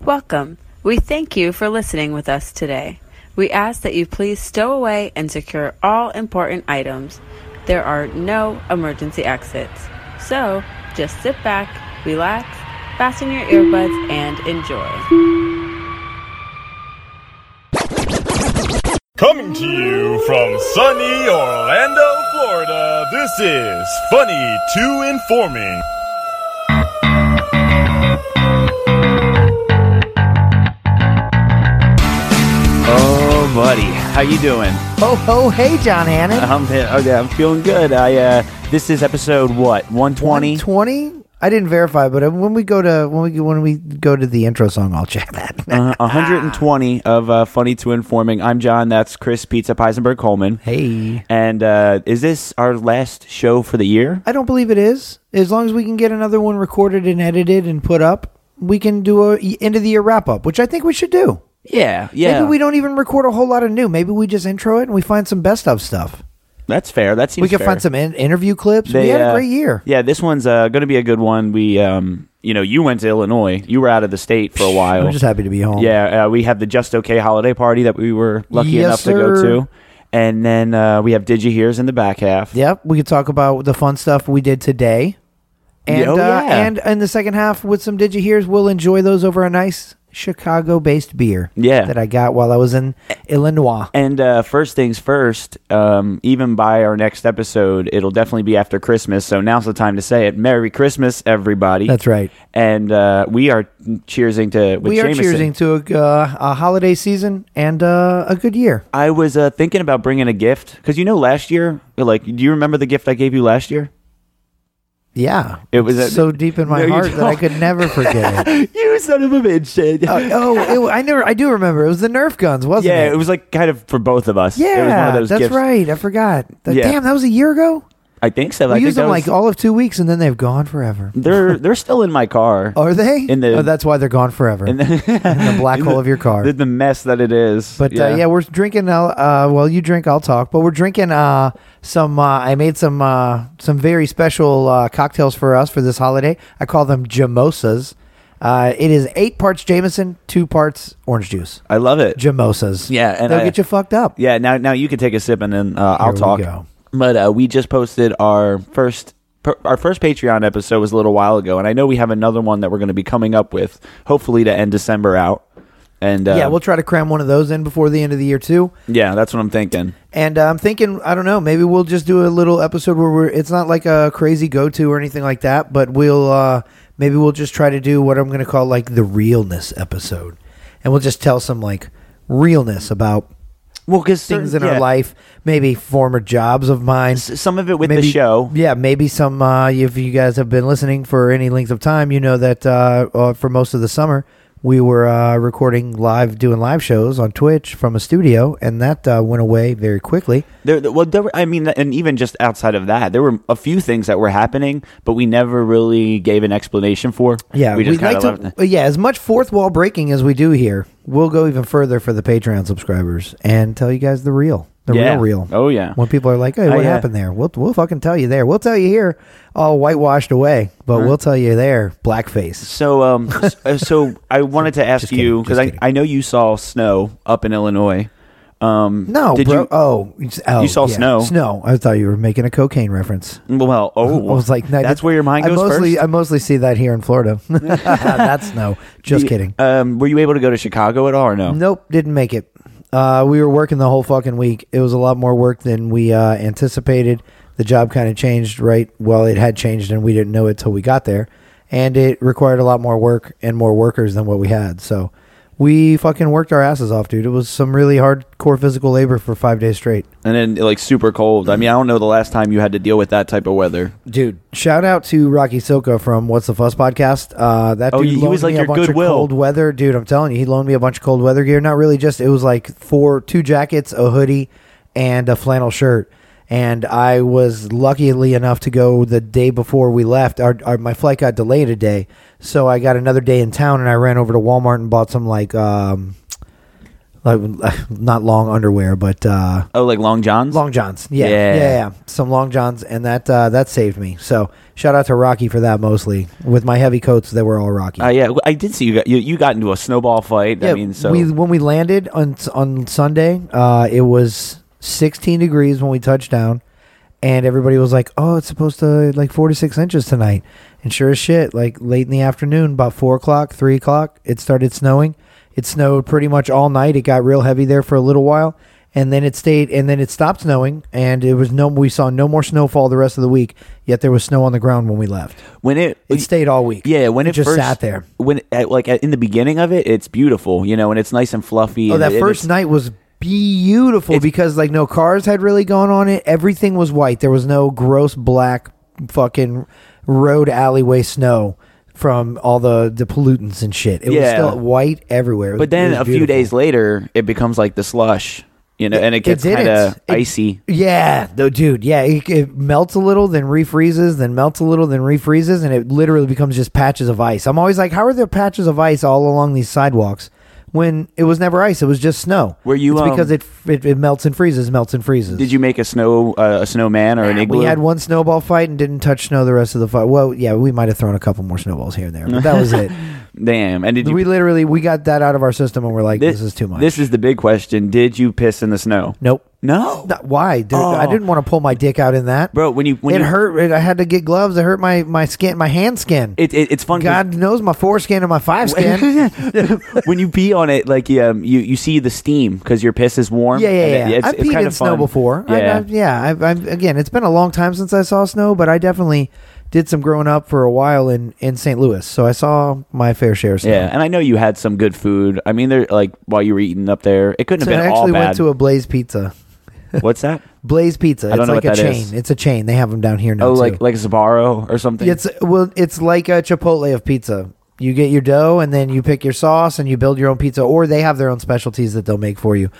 Welcome. We thank you for listening with us today. We ask that you please stow away and secure all important items. There are no emergency exits. So just sit back, relax, fasten your earbuds, and enjoy. Coming to you from sunny Orlando, Florida, this is Funny to Informing. Oh, buddy, how you doing? Ho ho Oh, hey John Hannon. I'm okay, I'm feeling good. I uh, this is episode what 120. Twenty? I didn't verify, but uh, when we go to when we when we go to the intro song, I'll check that. Uh, Ah. 120 of uh, funny to informing. I'm John. That's Chris Pizza Peisenberg Coleman. hey, And uh, is this our last show for the year? I don't believe it is. As long as we can get another one recorded and edited and put up, we can do a end of the year wrap up, which I think we should do. Yeah, yeah. Maybe we don't even record a whole lot of new. Maybe we just intro it and we find some best of stuff. That's fair. That seems. we can fair. find some in- interview clips. They, we had uh, a great year. Yeah, this one's uh, going to be a good one. We, um, you know, you went to Illinois. You were out of the state for a while. I'm just happy to be home. Yeah, uh, we have the Just Okay holiday party that we were lucky Yes, enough to sir. go to. And then uh, we have Digi Hears in the back half. Yep, we could talk about the fun stuff we did today. And Oh, uh, yeah. and in the second half with some digi hears, we'll enjoy those over a nice Chicago-based beer. Yeah. that I got while I was in Illinois. And uh, first things first, um, even by our next episode, it'll definitely be after Christmas. So now's the time to say it. Merry Christmas, everybody. That's right. And uh, we are cheersing to with we are Jameson. cheersing to a, uh, a holiday season and uh, a good year. I was uh, thinking about bringing a gift because you know last year, like, do you remember the gift I gave you last year? Yeah, It was a- so deep in my No, you heart that I don't. could never forget it. You son of a bitch! Uh, oh, it, I never. I do remember. It was the Nerf guns, wasn't yeah, it? it was like kind of for both of us. Yeah, it was one of those that's gifts. right. I forgot. That- Yeah. Damn, that was a year ago. I think so. I We think used that them was- like all of two weeks, and then they've gone forever. they're they're still in my car. Are they? In the- oh, that's why they're gone forever. In the, black hole of your car. the, the mess that it is. but yeah. Uh, yeah, we're drinking. Uh, uh, well, you drink, I'll talk. But we're drinking uh, some. Uh, I made some uh, some very special uh, cocktails for us for this holiday. I call them jamosas. Uh, it is eight parts Jameson, two parts orange juice. I love it. Jamosas. Yeah, and they'll I- get you fucked up. yeah, now now you can take a sip and then uh, I'll we talk. go. But uh, we just posted our first per, our first Patreon episode was a little while ago, and I know we have another one that we're going to be coming up with, hopefully to end December out. And uh, yeah. We'll try to cram one of those in before the end of the year too. yeah, that's what I'm thinking. And uh, I'm thinking, I don't know, maybe we'll just do a little episode where we're. It's not like a crazy go to or anything like that, but we'll uh, maybe we'll just try to do what I'm going to call like the realness episode, and we'll just tell some like realness about Well, because things in our life, maybe former jobs of mine. some of it with Maybe, the show. yeah. Maybe some. Uh, if you guys have been listening for any length of time, you know that uh, uh, for most of the summer we were uh, recording live, doing live shows on Twitch from a studio, and that uh, went away very quickly. There, there- well, there were, I mean, and even just outside of that, there were a few things that were happening, but we never really gave an explanation for. Yeah, we just we'd kind of like left. to. Yeah, as much fourth wall breaking as we do here, we'll go even further for the Patreon subscribers and tell you guys the real, the Yeah. real, real. Oh, yeah. Oh, When people are like, "Hey, what yeah. happened there?" We'll we'll fucking tell you there. We'll tell you here, all whitewashed away, but we'll tell you there, blackface. So, um, s- uh, so I wanted to ask Just kidding, you because I, just kidding. I know you saw snow up in Illinois. Um, No, did bro. you? oh, it's- oh, You saw yeah. snow. Snow. I thought you were making a cocaine reference. Well, oh, I was like, no, I that's did- where your mind goes I mostly, first. I mostly see that here in Florida. that's no. Just kidding. Um, were you able to go to Chicago at all or no? Nope, didn't make it. Uh, we were working the whole fucking week. It was a lot more work than we uh, anticipated. The job kind of changed, right? Well, it had changed, and we didn't know it till we got there. And it required a lot more work and more workers than what we had. So we fucking worked our asses off, dude. It was some really hardcore physical labor for five days straight. And then like super cold. I mean, I don't know the last time you had to deal with that type of weather. Dude, shout out to Rocky Silka from What's the Fuss podcast. Uh, that Oh, dude he loaned was like me your a bunch goodwill. of cold weather. Dude, I'm telling you, he loaned me a bunch of cold weather gear. Not really, just it was like four, two jackets, a hoodie, and a flannel shirt. And I was luckily enough to go the day before we left. Our, our my flight got delayed a day, so I got another day in town, and I ran over to Walmart and bought some like um, like not long underwear, but uh, Oh, like Long John's. long johns. Yeah, Yeah. yeah, yeah, Some long johns, and that uh, that saved me. So shout out to Rocky for that mostly. With my heavy coats, they were all Rocky. Uh, yeah, I did see you got you, you got into a snowball fight. I mean, so we when we landed on on Sunday, uh, it was 16 degrees when we touched down, and everybody was like, "Oh, it's supposed to like four to six inches tonight." And sure as shit, like late in the afternoon, about four o'clock, three o'clock, it started snowing. It snowed pretty much all night. It got real heavy there for a little while, and then it stayed. And then it stopped snowing, and it was no. We saw no more snowfall the rest of the week. Yet there was snow on the ground when we left. when it It stayed all week. Yeah, when it, just first, sat there. When at, like at, in the beginning of it, it's beautiful, you know, and it's nice and fluffy. Oh, and that it- first it's- night was beautiful because like no cars had really gone on it. Everything was white. There was no gross black fucking road alleyway snow from all the the pollutants and shit. It Yeah. was still white everywhere. It was- But then it was a few beautiful. days later, it becomes like the slush, you know, and it gets didn't. kind of It- icy. Yeah, though, dude. Yeah, it, it melts a little, then refreezes, then melts a little, then refreezes, and it literally becomes just patches of ice. I'm always like, how are there patches of ice all along these sidewalks when it was never ice? It was just snow. Were you, It's um, because it, it it melts and freezes, melts and freezes. Did you make a snow uh, a snowman or an igloo? We had one snowball fight and didn't touch snow the rest of the fight. Well, yeah, we might have thrown a couple more snowballs here and there, but that was it. Damn! And did you? we literally we got that out of our system and we're like, thi- this, is too much. This is the big question. Did you piss in the snow? nope. No. Not- why? Dude, I Oh. didn't want to pull my dick out in that, Bro, when you- when it you- hurt. It, I had to get gloves. It hurt my my skin, my hand skin. It, it, it's fun. 'cause- God knows my foreskin and my five skin. when you pee on it, like um, you you see the steam because your piss is warm. Yeah, yeah, and yeah. it- it's- I've it's peed kinda in snow fun. before. I- Yeah. I've, yeah. I've, I've, again, it's been a long time since I saw snow, but I definitely did some growing up for a while in, in St. Louis. So I saw my fair share of snow. Yeah, and I know you had some good food. I mean, there like while you were eating up there, it couldn't So have I been all actually bad. went to a Blaze Pizza. What's that? Blaze Pizza. don't It's know like what a that chain. is. It's a chain. They have them down here now. Oh, too. like like Zabaro or something. it's well, it's like a Chipotle of pizza. You get your dough and then you pick your sauce and you build your own pizza, or they have their own specialties that they'll make for you.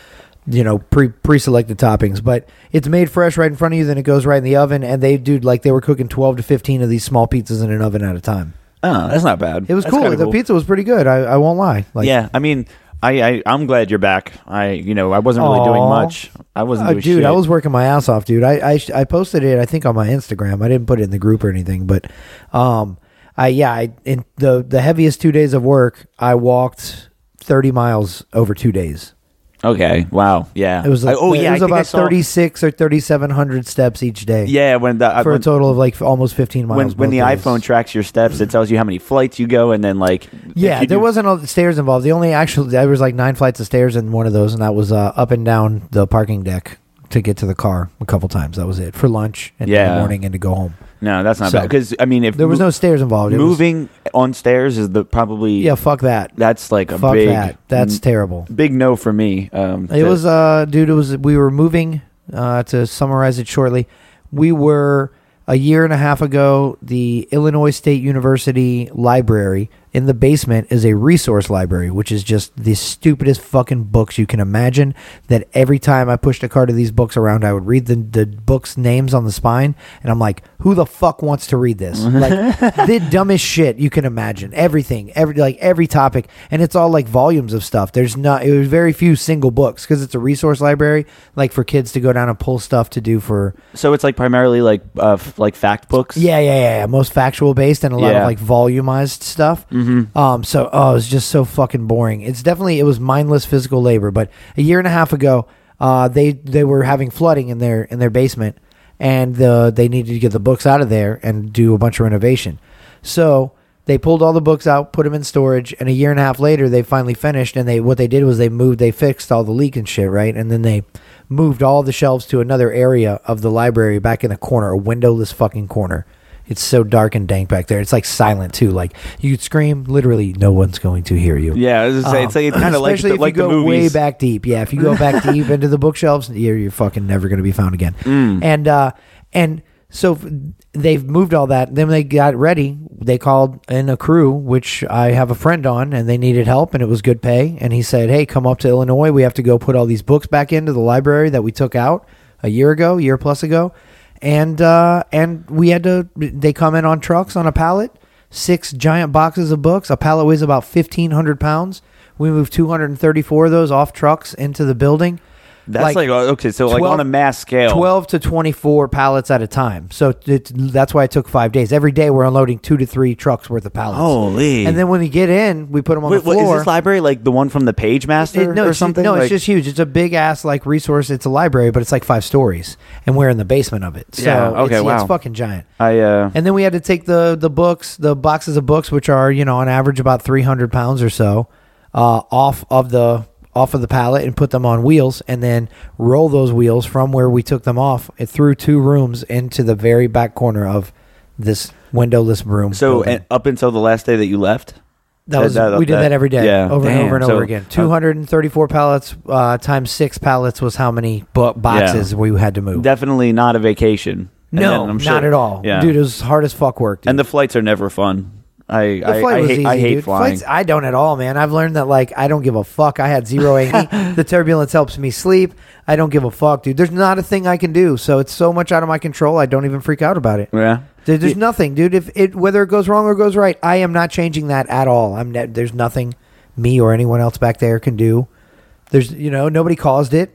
You know, pre pre selected toppings, but it's made fresh right in front of you. Then it goes right in the oven, and they do like they were cooking twelve to fifteen of these small pizzas in an oven at a time. oh, that's not bad. It was That's cool. kinda The pizza was pretty good. I, I won't lie. Like, yeah, I mean, I, I I'm glad you're back. I you know I wasn't really doing Aw. much. I wasn't Uh, doing dude, shit. I was working my ass off, dude. I, I sh- I posted it, I think, on my Instagram. I didn't put it in the group or anything, but um, I yeah, I in the the heaviest two days of work, I walked thirty miles over two days. okay. Wow. Yeah. It was like, I, oh yeah. it I was think I about saw- thirty six or thirty seven hundred steps each day. Yeah, when the for when, a total of like almost fifteen miles. when, when both the days. iPhone tracks your steps, it tells you how many flights you go, and then like if Yeah, you there do- wasn't all the stairs involved. The only actual there was like nine flights of stairs in one of those, and that was uh, up and down the parking deck to get to the car a couple times. That was it for lunch and in Yeah. the morning and to go home. no, that's not So- bad because I mean if There was no stairs involved. It was- moving on stairs is the probably yeah, fuck that. that's like a fuck big that. That's terrible. big no for me. Um, It to- was, uh, dude. It was. We were moving. Uh, to summarize it shortly, we were a year and a half ago. The Illinois State University library in the basement is a resource library, which is just the stupidest fucking books you can imagine. That every time I pushed a cart of these books around, I would read the the books' names on the spine, and I'm like, who the fuck wants to read this? Like the dumbest shit you can imagine. Everything, every like every topic, and it's all like volumes of stuff. There's not. It was very few single books because it's a resource library, like for kids to go down and pull stuff to do for. so it's like primarily like uh, f- like fact books. Yeah, yeah, yeah. yeah. Most factual based and a lot Yeah. of like volumized stuff. Mm-hmm. Um. So, oh, it was just so fucking boring. It's definitely it was mindless physical labor. But a year and a half ago, uh, they they were having flooding in their in their basement, and the they needed to get the books out of there and do a bunch of renovation. So they pulled all the books out, put them in storage, and a year and a half later, they finally finished. And they what they did was they moved, they fixed all the leak and shit, right? And then they moved all the shelves to another area of the library, back in the corner, a windowless fucking corner. It's so dark and dank back there. It's like silent too. Like you'd scream, literally, no one's going to hear you. Yeah, I was gonna say, it's like it's kind of like Especially the, if like you the go way movies. back deep. Yeah, if you go back deep into the bookshelves, you're, you're fucking never going to be found again. Mm. And uh, and so f- they've moved all that. Then when they got ready. They called in a crew, which I have a friend on, and they needed help, and it was good pay. And he said, "Hey, come up to Illinois. We have to go put all these books back into the library that we took out a year ago, year plus ago." And uh, and we had to. They come in on trucks on a pallet six giant boxes of books. A pallet weighs about 1,500 pounds. We moved 234 of those off trucks into the building. That's like, uh, okay, so like on a mass scale, 12 to 24 pallets at a time. So it, that's why it took five days. Every day we're unloading two to three trucks worth of pallets. Holy. And then when we get in, we put them on Wait, the what, floor. is this library like the one from the Page Master It- no, or it's something? Just, no, Like- it's just huge. It's a big ass like resource. It's a library, but it's like five stories, and we're in the basement of it. So Yeah, okay, it's, yeah, it's wow. fucking giant. I uh, And then we had to take the the books, the boxes of books, which are you know on average about three hundred pounds or so, uh, off of the off of the pallet and put them on wheels, and then roll those wheels from where we took them off it through two rooms into the very back corner of this windowless room. so building. and up until the last day that you left, That was That- that- we did that, that- every day, yeah. over and Damn. over and So- uh, over again. Two hundred and thirty-four pallets uh, times six pallets was how many bo- boxes we had to move. definitely not a vacation. And no, then I'm not sure- at all, Yeah. dude. It was hard as fuck work. Dude. and the flights are never fun. I The I, flight I was hate easy, I hate dude. flying. Flights, I don't at all, man. I've learned that like I don't give a fuck. I had zero AE. the turbulence helps me sleep. I don't give a fuck, dude. There's not a thing I can do. So it's so much out of my control. I don't even freak out about it. yeah. There- There's nothing, dude. If it whether it goes wrong or goes right, I am not changing that at all. I'm ne- there's nothing me or anyone else back there can do. There's you know nobody caused it.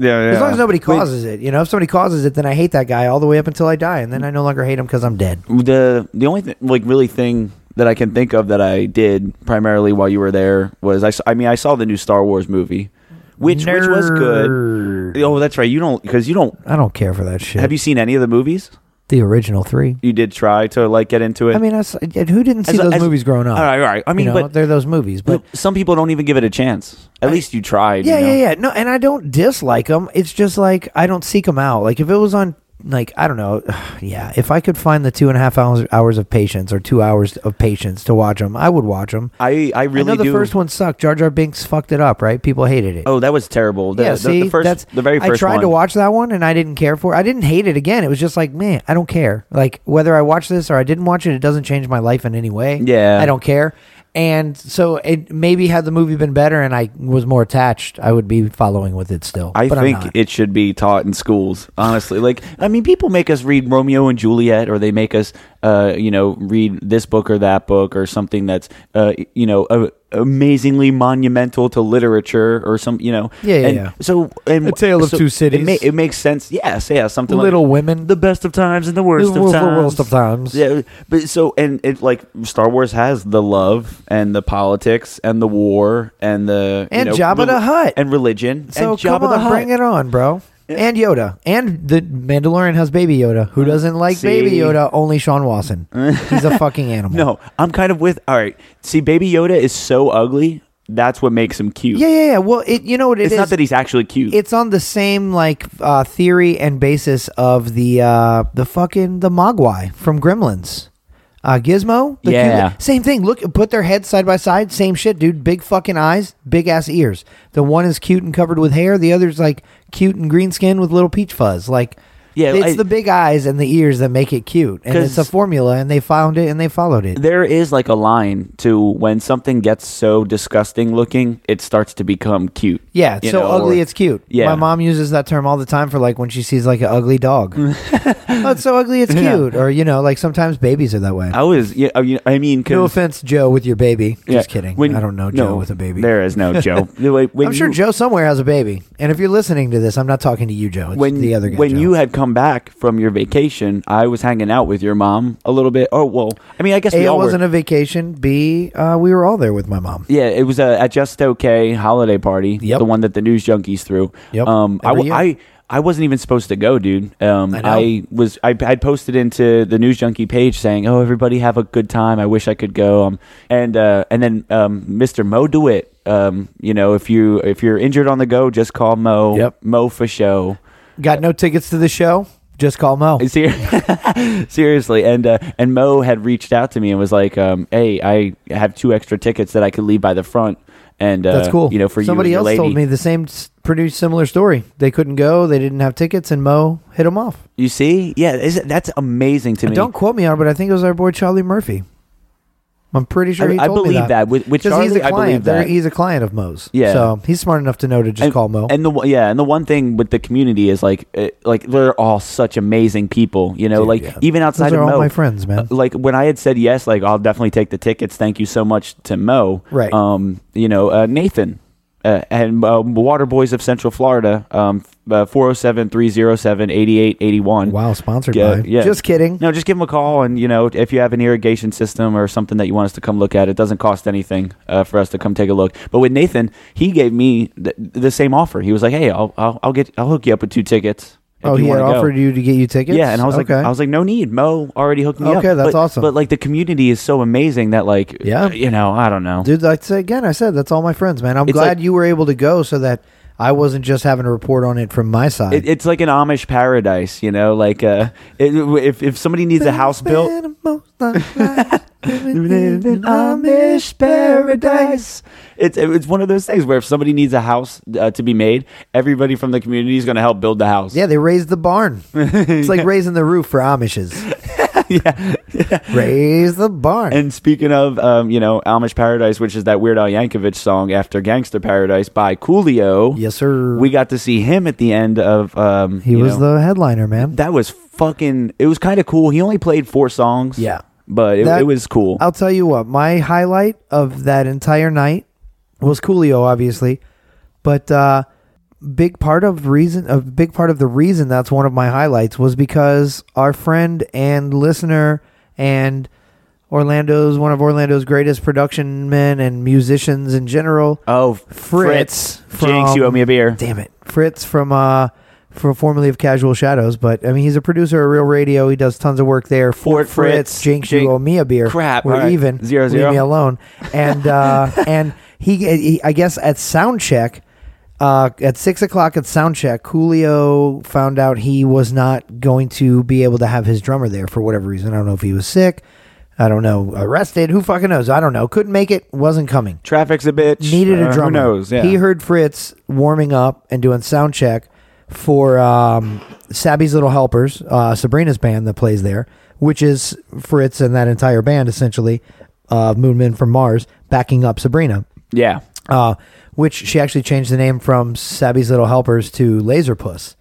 Yeah, yeah. As long as nobody Wait, causes it, you know. If somebody causes it, then I hate that guy all the way up until I die, and then I no longer hate him because I'm dead. the the only th- like really thing that I can think of that I did primarily while you were there was I s- I mean I saw the new Star Wars movie, which which was good. Nerd. Oh, that's right. You don't because you don't. I don't care for that shit. Have you seen any of the movies? the original three? You did try to like get into it. I mean, I, s- and who didn't see As a- those as- movies growing up? All right, all right. I mean, you know, but- they're those movies, but. But some people don't even give it a chance. At least you tried. yeah, you know? yeah, yeah. No, and I don't dislike them. It's just like I don't seek them out. Like if it was on, like I don't know, yeah. If I could find the two and a half hours hours of patience or two hours of patience to watch them, I would watch them. I I really I know the do. first one sucked. Jar Jar Binks fucked it up, right? People hated it. Oh, that was terrible. The, yeah, the, see, the first, that's the very first. I tried one. to watch that one and I didn't care for. it. I didn't hate it again. It was just like, man, I don't care. Like whether I watch this or I didn't watch it, it doesn't change my life in any way. Yeah. I don't care. And so it maybe had the movie been better and I was more attached, I would be following with it still. I But I'm think not. it should be taught in schools. Honestly, like I mean, people make us read Romeo and Juliet, or they make us, uh, you know, read this book or that book, or something that's, uh, you know, uh, amazingly monumental to literature, or some, you know, Yeah, yeah, And yeah. So, and A Tale of so Two It, Cities. ma- it makes sense. Yes, yeah, something like- Little Women, the best of times and the worst The of worst times. of worst of times. Yeah, but so and it like Star Wars has the love and the politics and the war and the you And know, Jabba the Hutt. and religion. So and come Jabba the on, Hutt. bring it on, bro. And Yoda. And the Mandalorian has Baby Yoda. Who doesn't like Baby Uh, See? Yoda? Only Sean Wasson. He's a fucking animal. No, I'm kind of with. All right, see, Baby Yoda is so ugly. That's what makes him cute. Yeah, yeah, yeah. Well, it you know what it it's is? not that he's actually cute. it's on the same like uh, theory and basis of the uh, the fucking the Mogwai from Gremlins. Uh, Gizmo, the cute Yeah. li- same thing. Look, put their heads side by side, same shit, dude. Big fucking eyes, big ass ears. The one is cute and covered with hair. The other's like cute and green skin with little peach fuzz. Like, Yeah, it's I- the big eyes and the ears that make it cute, and it's a 'Cause- formula, and they found it and they followed it. there is like a line to when something gets so disgusting looking, it starts to become cute. Yeah, it's You so know, ugly or- it's cute. Yeah. My mom uses that term all the time for like when she sees like an ugly dog. oh, it's so ugly it's Yeah. cute. Or you know, like sometimes babies are that way. I was. Yeah, I mean- I mean, 'cause- no offense, Joe, with your baby. Just Yeah, kidding. when- I don't know Joe with a baby. There is no Joe. When I'm sure you- Joe somewhere has a baby. And if you're listening to this, I'm not talking to you, Joe. It's when the other guy. when Joe. you had come back from your vacation, I was hanging out with your mom a little bit. Oh well, I mean, I guess A we it all wasn't were. a vacation. B uh, we were all there with my mom. yeah, it was a, a just okay holiday party, Yep. the one that the news junkies threw. Yep, Um, I, every w- year. I I wasn't even supposed to go, dude. Um, I I, know. was I I posted into the news junkie page saying, "Oh, everybody have a good time. I wish I could go." Um, and uh, and then um, Mr. Mo Dewitt. Um, you know, if you if you're injured on the go, just call Mo. Yep. Mo for show. Got no tickets to the show? Just call Mo. Ser- Seriously, and uh, and Mo had reached out to me and was like, um, "Hey, I have two extra tickets that I could leave by the front, and uh, That's cool. You know, for somebody you and else your lady. told me the same s- pretty similar story. They couldn't go. They didn't have tickets, and Mo hit them off. You see, yeah, is, that's amazing to me. Don't quote me on it, but I think it was our boy Charlie Murphy. I'm pretty sure I- he I told me believe that. With- with 'Cause he's Charlie, a I believe client. They're- that. he's a client of Mo's. Yeah. so he's smart enough to know to just and, call Mo. And the one- yeah, and the one thing with the community is like, uh, like they're all such amazing people. You know, Dude, like yeah. even outside Those of are all Mo, my friends, man. uh, Like when I had said yes, like I'll definitely take the tickets. Thank you so much to Mo. Right. Um. You know, uh, Nathan. Uh, and uh, Water Boys of Central Florida, um, uh, 407-307-8881. wow, sponsored Yeah, by. yeah. Just kidding. No, just give them a call, and you know, if you have an irrigation system or something that you want us to come look at, it doesn't cost anything uh, for us to come take a look. But with Nathan, he gave me th- the same offer. He was like, "Hey, I'll I'll, I'll get I'll hook you up with two tickets." if oh, you he had wanna go." offered you to get you tickets. Yeah, and I was okay. like, I was like, no need. Mo already hooked me up. Okay, that's But- awesome. But like the community is so amazing that like, Yeah. you know, I don't know. dude. Like I said- again, I said that's all my friends, man. I'm It's glad like- you were able to go so that I wasn't just having to report on it from my side. It, it's like an Amish paradise, you know. Like, uh, it, if if somebody needs a house built, Been a most life living Live in in Amish paradise. It's it's one of those things where if somebody needs a house uh, to be made, everybody from the community is going to help build the house. Yeah, they raised the barn. It's like raising the roof for Amishes. yeah. Raise the barn. And speaking of, um, you know, Amish Paradise, which is that Weird Al Yankovic song after Gangster Paradise by Coolio. yes, sir. We got to see him at the end of. Um, he was the headliner, man. That was fucking. It was kind of cool. He only played four songs. Yeah. But it, That- Oh, it was cool. I'll tell you what, my highlight of that entire night was Coolio, obviously, but uh, big part of reason, a big part of the reason that's one of my highlights was because our friend and listener and Orlando's one of Orlando's greatest production men and musicians in general. oh, Fritz Fritz. Jinx, you owe me a beer. Damn it, Fritz from uh, from formerly of Casual Shadows, but I mean he's a producer of Real Radio. He does tons of work there. Fort Fritz. Jinx, Jink- you owe me a beer. Crap, we're all right. even. Zero, zero. Leave me alone. And uh, and he, he, I guess at sound check. Uh, at six o'clock at sound check, Coolio found out he was not going to be able to have his drummer there for whatever reason. I don't know if he was sick, I don't know, arrested. Who fucking knows? I don't know. Couldn't make it. Wasn't coming Traffic's a bitch. needed Uh, a drummer. Who knows? Yeah. He heard Fritz warming up and doing sound check for um, Sabby's Little Helpers, uh, Sabrina's band that plays there, which is Fritz and that entire band essentially, uh, Moon Men from Mars, backing up Sabrina. Yeah. Uh, which she actually changed the name from Sabby's Little Helpers to Laserpuss.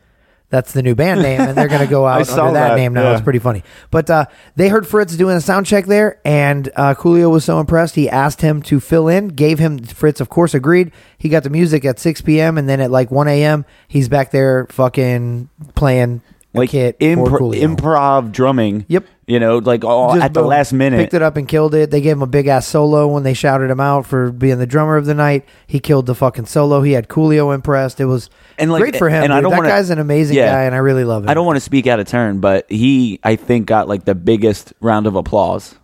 That's the new band name, and they're going to go out under saw that, that, name now. yeah. It's pretty funny. But uh, they heard Fritz doing a sound check there, and uh, Coolio was so impressed, he asked him to fill in. Gave him Fritz, of course, agreed. He got the music at 6 p.m. and then at like 1 a.m. he's back there fucking playing like a kit for impro- Coolio. improv drumming. Yep. You know, like all Just at the boom. last minute. Picked it up and killed it. They gave him a big ass solo when they shouted him out for being the drummer of the night. He killed the fucking solo. He had Coolio impressed. It was And, like, great for him. and I dude. don't that wanna- guy's an amazing Yeah. guy, and I really love him. I don't want to speak out of turn, but he, I think, got like the biggest round of applause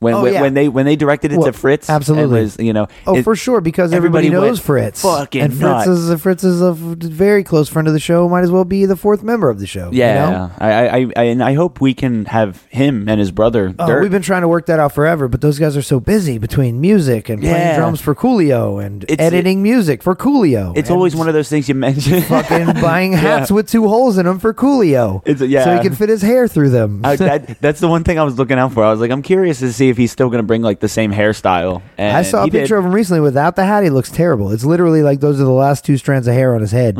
when Oh, when, yeah. when they when they directed it Well, to Fritz. and absolutely. was, you know, Oh, it- for sure, because everybody, everybody knows went Fritz. fucking and Fritz nuts. is a Fritz is a f- very close friend of the show. Might as well be the fourth member of the show. you Yeah, know? I, I, I, I- and I hope we can have him and his brother. Oh, Dirk. we've been trying to work that out forever, but those guys are so busy between music and playing Yeah. drums for Coolio and It's- editing music for Coolio. it's always one of those things you mention. fucking buying hats with two holes in them for Coolio. It's- yeah. So he can fit his hair through them. I, that, that's the one thing I was looking out for. I was like, I'm curious to see if he's still going to bring like the same hairstyle. And I saw a he did. picture of him recently without the hat. He looks terrible. It's literally like those are the last two strands of hair on his head.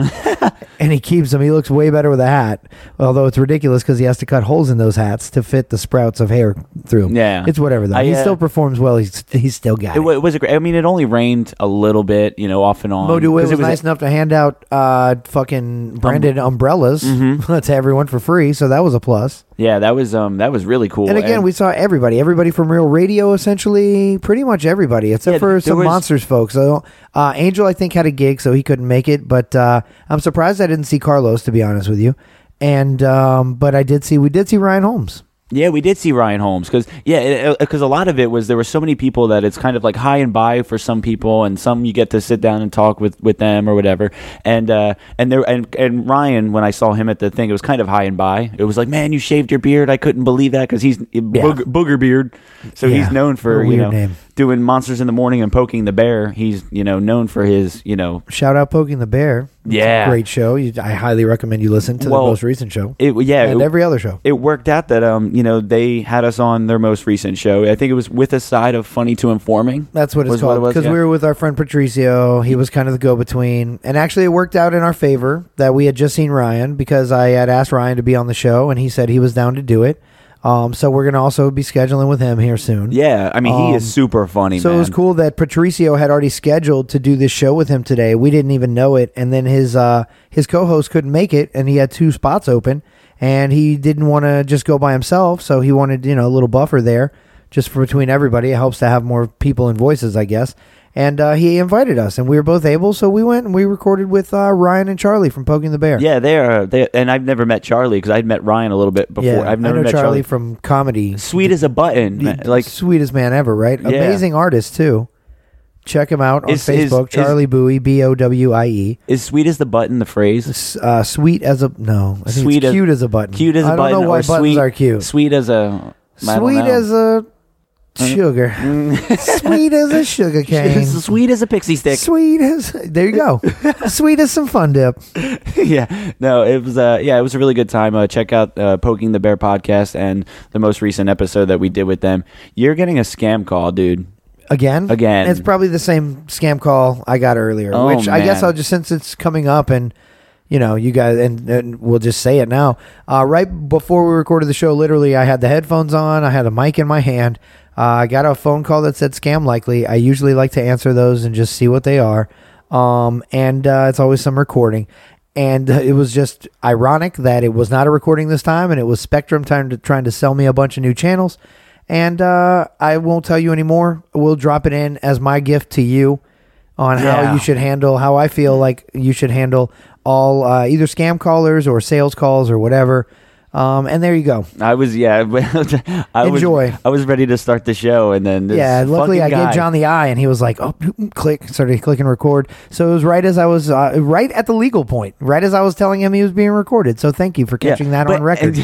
and he keeps them. He looks way better with a hat. Although it's ridiculous because he has to cut holes in those hats to fit the sprouts of hair through 'em. Yeah. It's whatever, though. I, he uh, still performs well. He's, he's still got It, it. wa- it was a great. I mean, it only rained a little bit, you know, off and on. Mo Duway 'Cause was, it Um, nice enough to hand out uh, fucking branded umbrellas mm-hmm. to everyone for free, so that was a plus. Yeah, that was um, that was really cool. And again, we saw everybody, everybody from Real Radio, essentially, pretty much everybody, except Yeah, for there some was- monsters folks. I don't- Uh, Angel, I think, had a gig, so he couldn't make it. But uh, I'm surprised I didn't see Carlos, to be honest with you. And um, but I did see, we did see Ryan Holmes. yeah, we did see Ryan Holmes because yeah, because a lot of it was there were so many people that it's kind of like high and by for some people, and some you get to sit down and talk with with them or whatever. And uh, and there and and Ryan, when I saw him at the thing, it was kind of high and by. It was like, man, you shaved your beard. I couldn't believe that because he's booger, booger beard, so Yeah, he's known what for a you weird know name. doing Monsters in the Morning and Poking the Bear. He's you know known for his you know Shout out Poking the Bear. It's a Yeah. great show. You, I highly recommend you listen to Well, the most recent show it yeah and it- every other show. it worked out that um you know they had us on their most recent show. I think it was with a side of funny to informing. That's what it's was called. was, Because yeah. we were with our friend Patricio. He was kind of the go between. And actually, it worked out in our favor that we had just seen Ryan because I had asked Ryan to be on the show and he said he was down to do it. Um, so we're going to also be scheduling with him here soon. yeah. I mean, he Um, is super funny. So it was man. cool that Patricio had already scheduled to do this show with him today. We didn't even know it, and then his uh, his co-host couldn't make it, and he had two spots open, and he didn't want to just go by himself, so he wanted you know a little buffer there, just for between everybody. It helps to have more people and voices, I guess. And uh, he invited us, and we were both able, so we went and we recorded with uh, Ryan and Charlie from Poking the Bear. Yeah, they are. They and I've never met Charlie because I'd met Ryan a little bit before. yeah. I've never I know met Charlie, Charlie. from comedy. Sweet as a button. man. Like sweetest man ever, right? Yeah. Amazing artist too. Check him out on Is- is- Facebook. is- Charlie Bowie, B O W I E. is sweet as the button the phrase? S- Uh, sweet as a no, I think Sweet it's as- cute as a button. Cute as a I don't button. know why or buttons sweet, are cute. Sweet as a. I don't Sweet know. as a sugar. sweet as a sugar cane. sweet as a pixie stick. Sweet as there you go. sweet as some fun dip. yeah, no, it was uh, yeah, it was a really good time. Uh, check out uh, Poking the Bear podcast and the most recent episode that we did with them. You're getting a scam call, dude. Again, Again. It's probably the same scam call I got earlier. Oh, which I guess man. I'll just since it's coming up and you know you guys and, and we'll just say it now. Uh, right before we recorded the show, literally I had the headphones on, I had a mic in my hand. Uh, I got a phone call that said scam likely. I usually like to answer those and just see what they are. Um, and uh, it's always some recording. And uh, it was just ironic that it was not a recording this time, and it was Spectrum time to trying to sell me a bunch of new channels. And uh, I won't tell you anymore. We'll drop it in as my gift to you on how Yeah. you should handle, how I feel like you should handle all uh, either scam callers or sales calls or whatever. Um, and there you go. I was yeah, but I Enjoy. Was, I was ready to start the show, and then this Yeah, luckily I fucking guy, gave John the eye, and he was like, "Oh, click!" Started clicking record. So it was right as I was uh, right at the legal point, right as I was telling him he was being recorded. So thank you for Yeah, catching that but- on record.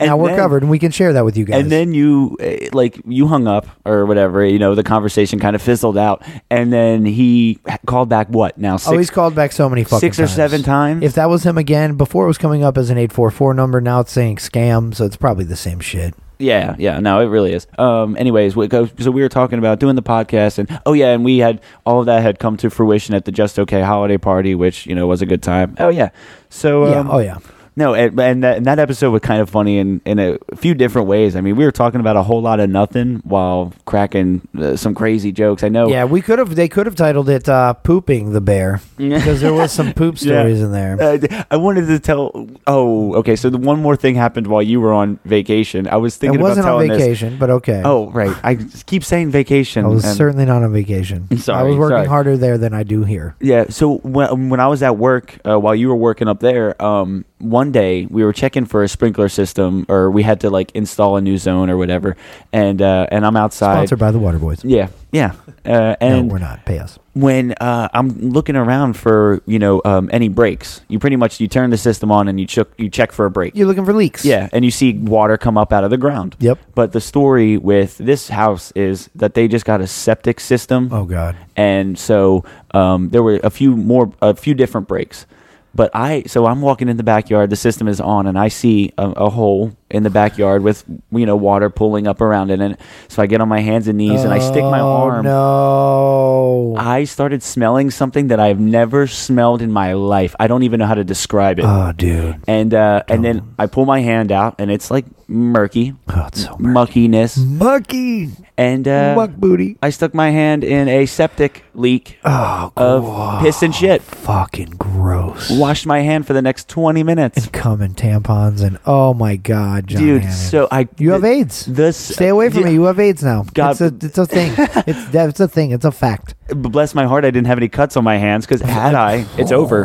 And, now and we're then- covered, and we can share that with you guys. And then you eh, like you hung up or whatever. You know the conversation kind of fizzled out, and then he h- called back. What now? Six, oh, he's called back so many fucking six or times. seven times. If that was him again, before it was coming up as an eight four four number, now it's saying scam, so it's probably the same shit. Yeah, yeah, no, it really is. Um, anyways, we go, so we were talking about doing the podcast, and oh yeah, and we had all of that had come to fruition at the Just Okay holiday party, which you know was a good time. Oh yeah, so Yeah, um, oh, yeah. no, and and that, and that episode was kind of funny in in a few different ways. I mean, we were talking about a whole lot of nothing while cracking uh, some crazy jokes. I know, Yeah, we could have. They could have titled it uh, "Pooping the Bear" because there was some poop Yeah. stories in there. Uh, d- I wanted to tell. Oh, okay. So the one more thing happened while you were on vacation. I was It thinking wasn't about on telling this. vacation, but okay. Oh, right. I just keep saying vacation. I was and- certainly not on vacation. Sorry, I was working sorry. harder there than I do here. Yeah. So when when I was at work, uh, while you were working up there, um, one day we were checking for a sprinkler system, or we had to like install a new zone or whatever. And uh, and I'm outside. Sponsored by the Water Boys. Yeah. Yeah. Uh, No, and we're not. Pay us. when uh, I'm looking around for you know um, any breaks, you pretty much you turn the system on and you check you check for a break. You're looking for leaks. Yeah, and you see water come up out of the ground. Yep. But the story with this house is that they just got a septic system. Oh, God. And so um, there were a few more, a few different breaks. But I, so I'm walking in the backyard. The system is on, and I see a, a hole in the backyard with you know water pooling up around it. And so I get on my hands and knees, and I stick my Oh, arm. No. I started smelling something that I've never smelled in my life. I don't even know how to describe it. oh, dude. and uh, and then I pull my hand out, and it's like murky, Oh, it's so murky. muckiness, Mucky. and uh, Muck booty. I stuck my hand in a septic leak Oh, of gro- piss and shit. Fucking gross. Washed my hand for the next twenty minutes, And cum and tampons and oh my god, John dude. Hannon. So I you have AIDS. This Stay away from me. You have AIDS now. God- it's a it's a thing. it's that- it's a thing. It's a fact. Bless my heart, I didn't have any cuts on my hands because had I, it's Oh. over.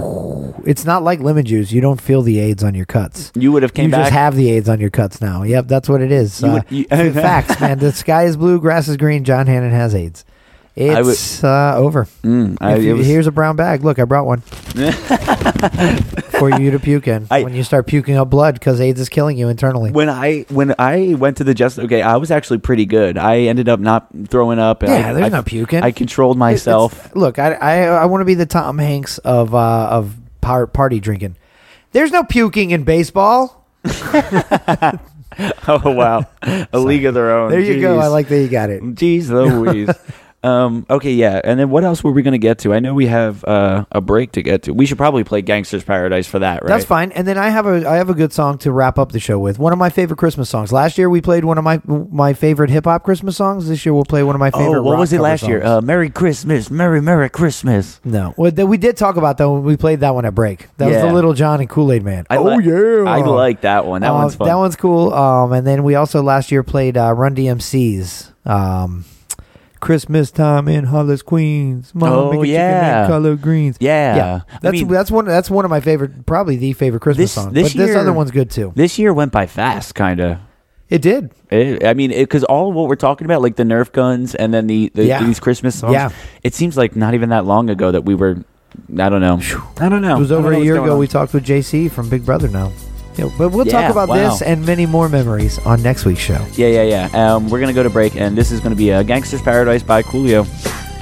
It's not like lemon juice. You don't feel the AIDS on your cuts. You would have came you back. just have the AIDS on your cuts now. Yep, that's what it is. You Uh, would- you- facts, man. The sky is blue, grass is green. John Hannon has AIDS. I would- Mm, It's uh, over. I- If it you- was- here's a brown bag. Look, I brought one for you to puke in I- when you start puking up blood because AIDS is killing you internally. when I when I went to the just okay, I was actually pretty good. I ended up not throwing up. and Yeah, I, there's I, no puking. I controlled It- it's- myself. Look, I I, I want to be the Tom Hanks of uh, of par- party drinking. There's no puking in baseball. oh wow, a league of their own. There you go. Jeez. I like that you got it. Jeez Louise. um, okay, yeah. And then what else were we going to get to? I know we have uh, a break to get to. We should probably play Gangster's Paradise for that, right? That's fine. And then I have a I have a good song to wrap up the show with. One of my favorite Christmas songs. Last year we played one of my my favorite hip hop Christmas songs. This year we'll play one of my favorite. Oh, what rock was it cover last year? songs. Uh, Merry Christmas, Merry Merry Christmas. no, well, th- we did talk about that when we played that one at break. That was Yeah. the Little John and Kool Aid Man. I oh li- yeah, I like that one. That Uh, one's fun. That one's cool. Um, and then we also last year played uh, Run DMC's um, Christmas time in Hollis, Queens. Mama Oh, make a chicken yeah. and collard greens. Yeah. I that's mean- that's one that's one of my favorite, probably the favorite This- Christmas song. this but this year- other one's good too. This year went by fast, kind of. It did. It, I mean, because all of what we're talking about, like the Nerf guns and then the, the Yeah. these Christmas songs, Yeah. it seems like not even that long ago that we were. I don't know. I don't know. It was I don't over know a what's year going ago. on. We talked with JC from Big Brother now. Yeah, but we'll Yeah, talk about wow. this and many more memories on next week's show. Yeah, yeah, yeah. Um, we're gonna go to break, and this is gonna be uh, "Gangster's Paradise" by Coolio.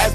As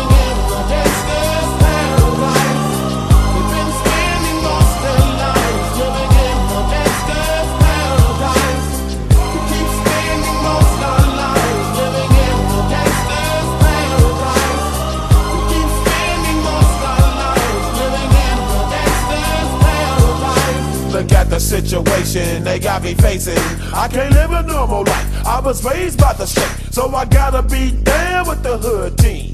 Look at the situation they got me facing. I can't live a normal life. I was raised by the state, so I gotta be down with the hood team.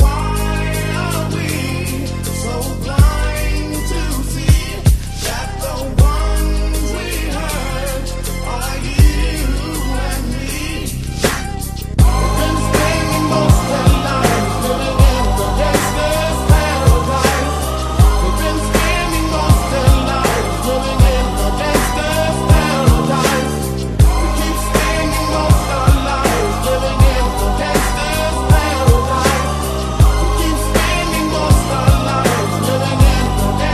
why are we so blind to see that the ones we hurt are you and me? Been spending most of their lives living in the gangster's paradise. They've been spending most of their lives living in the gangster's paradise. We keep spending most of our lives living in the gangster's paradise. We keep spending most of our lives living in the gangster's paradise.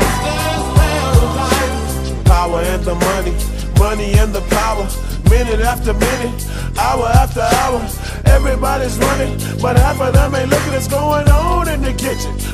Power and the money, money and the power. Minute after minute, hour after hour, everybody's running, but half of them ain't looking what's going on in the kitchen.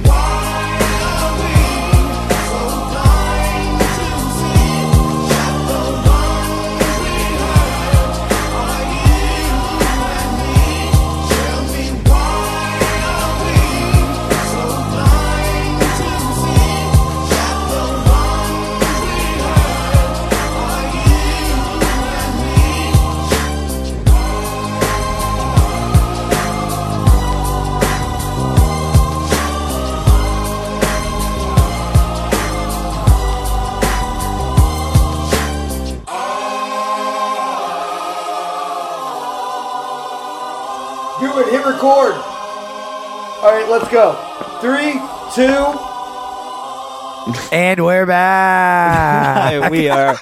Thank you record. Hit record. All right, let's go. Three, two, and we're back. Hi, we are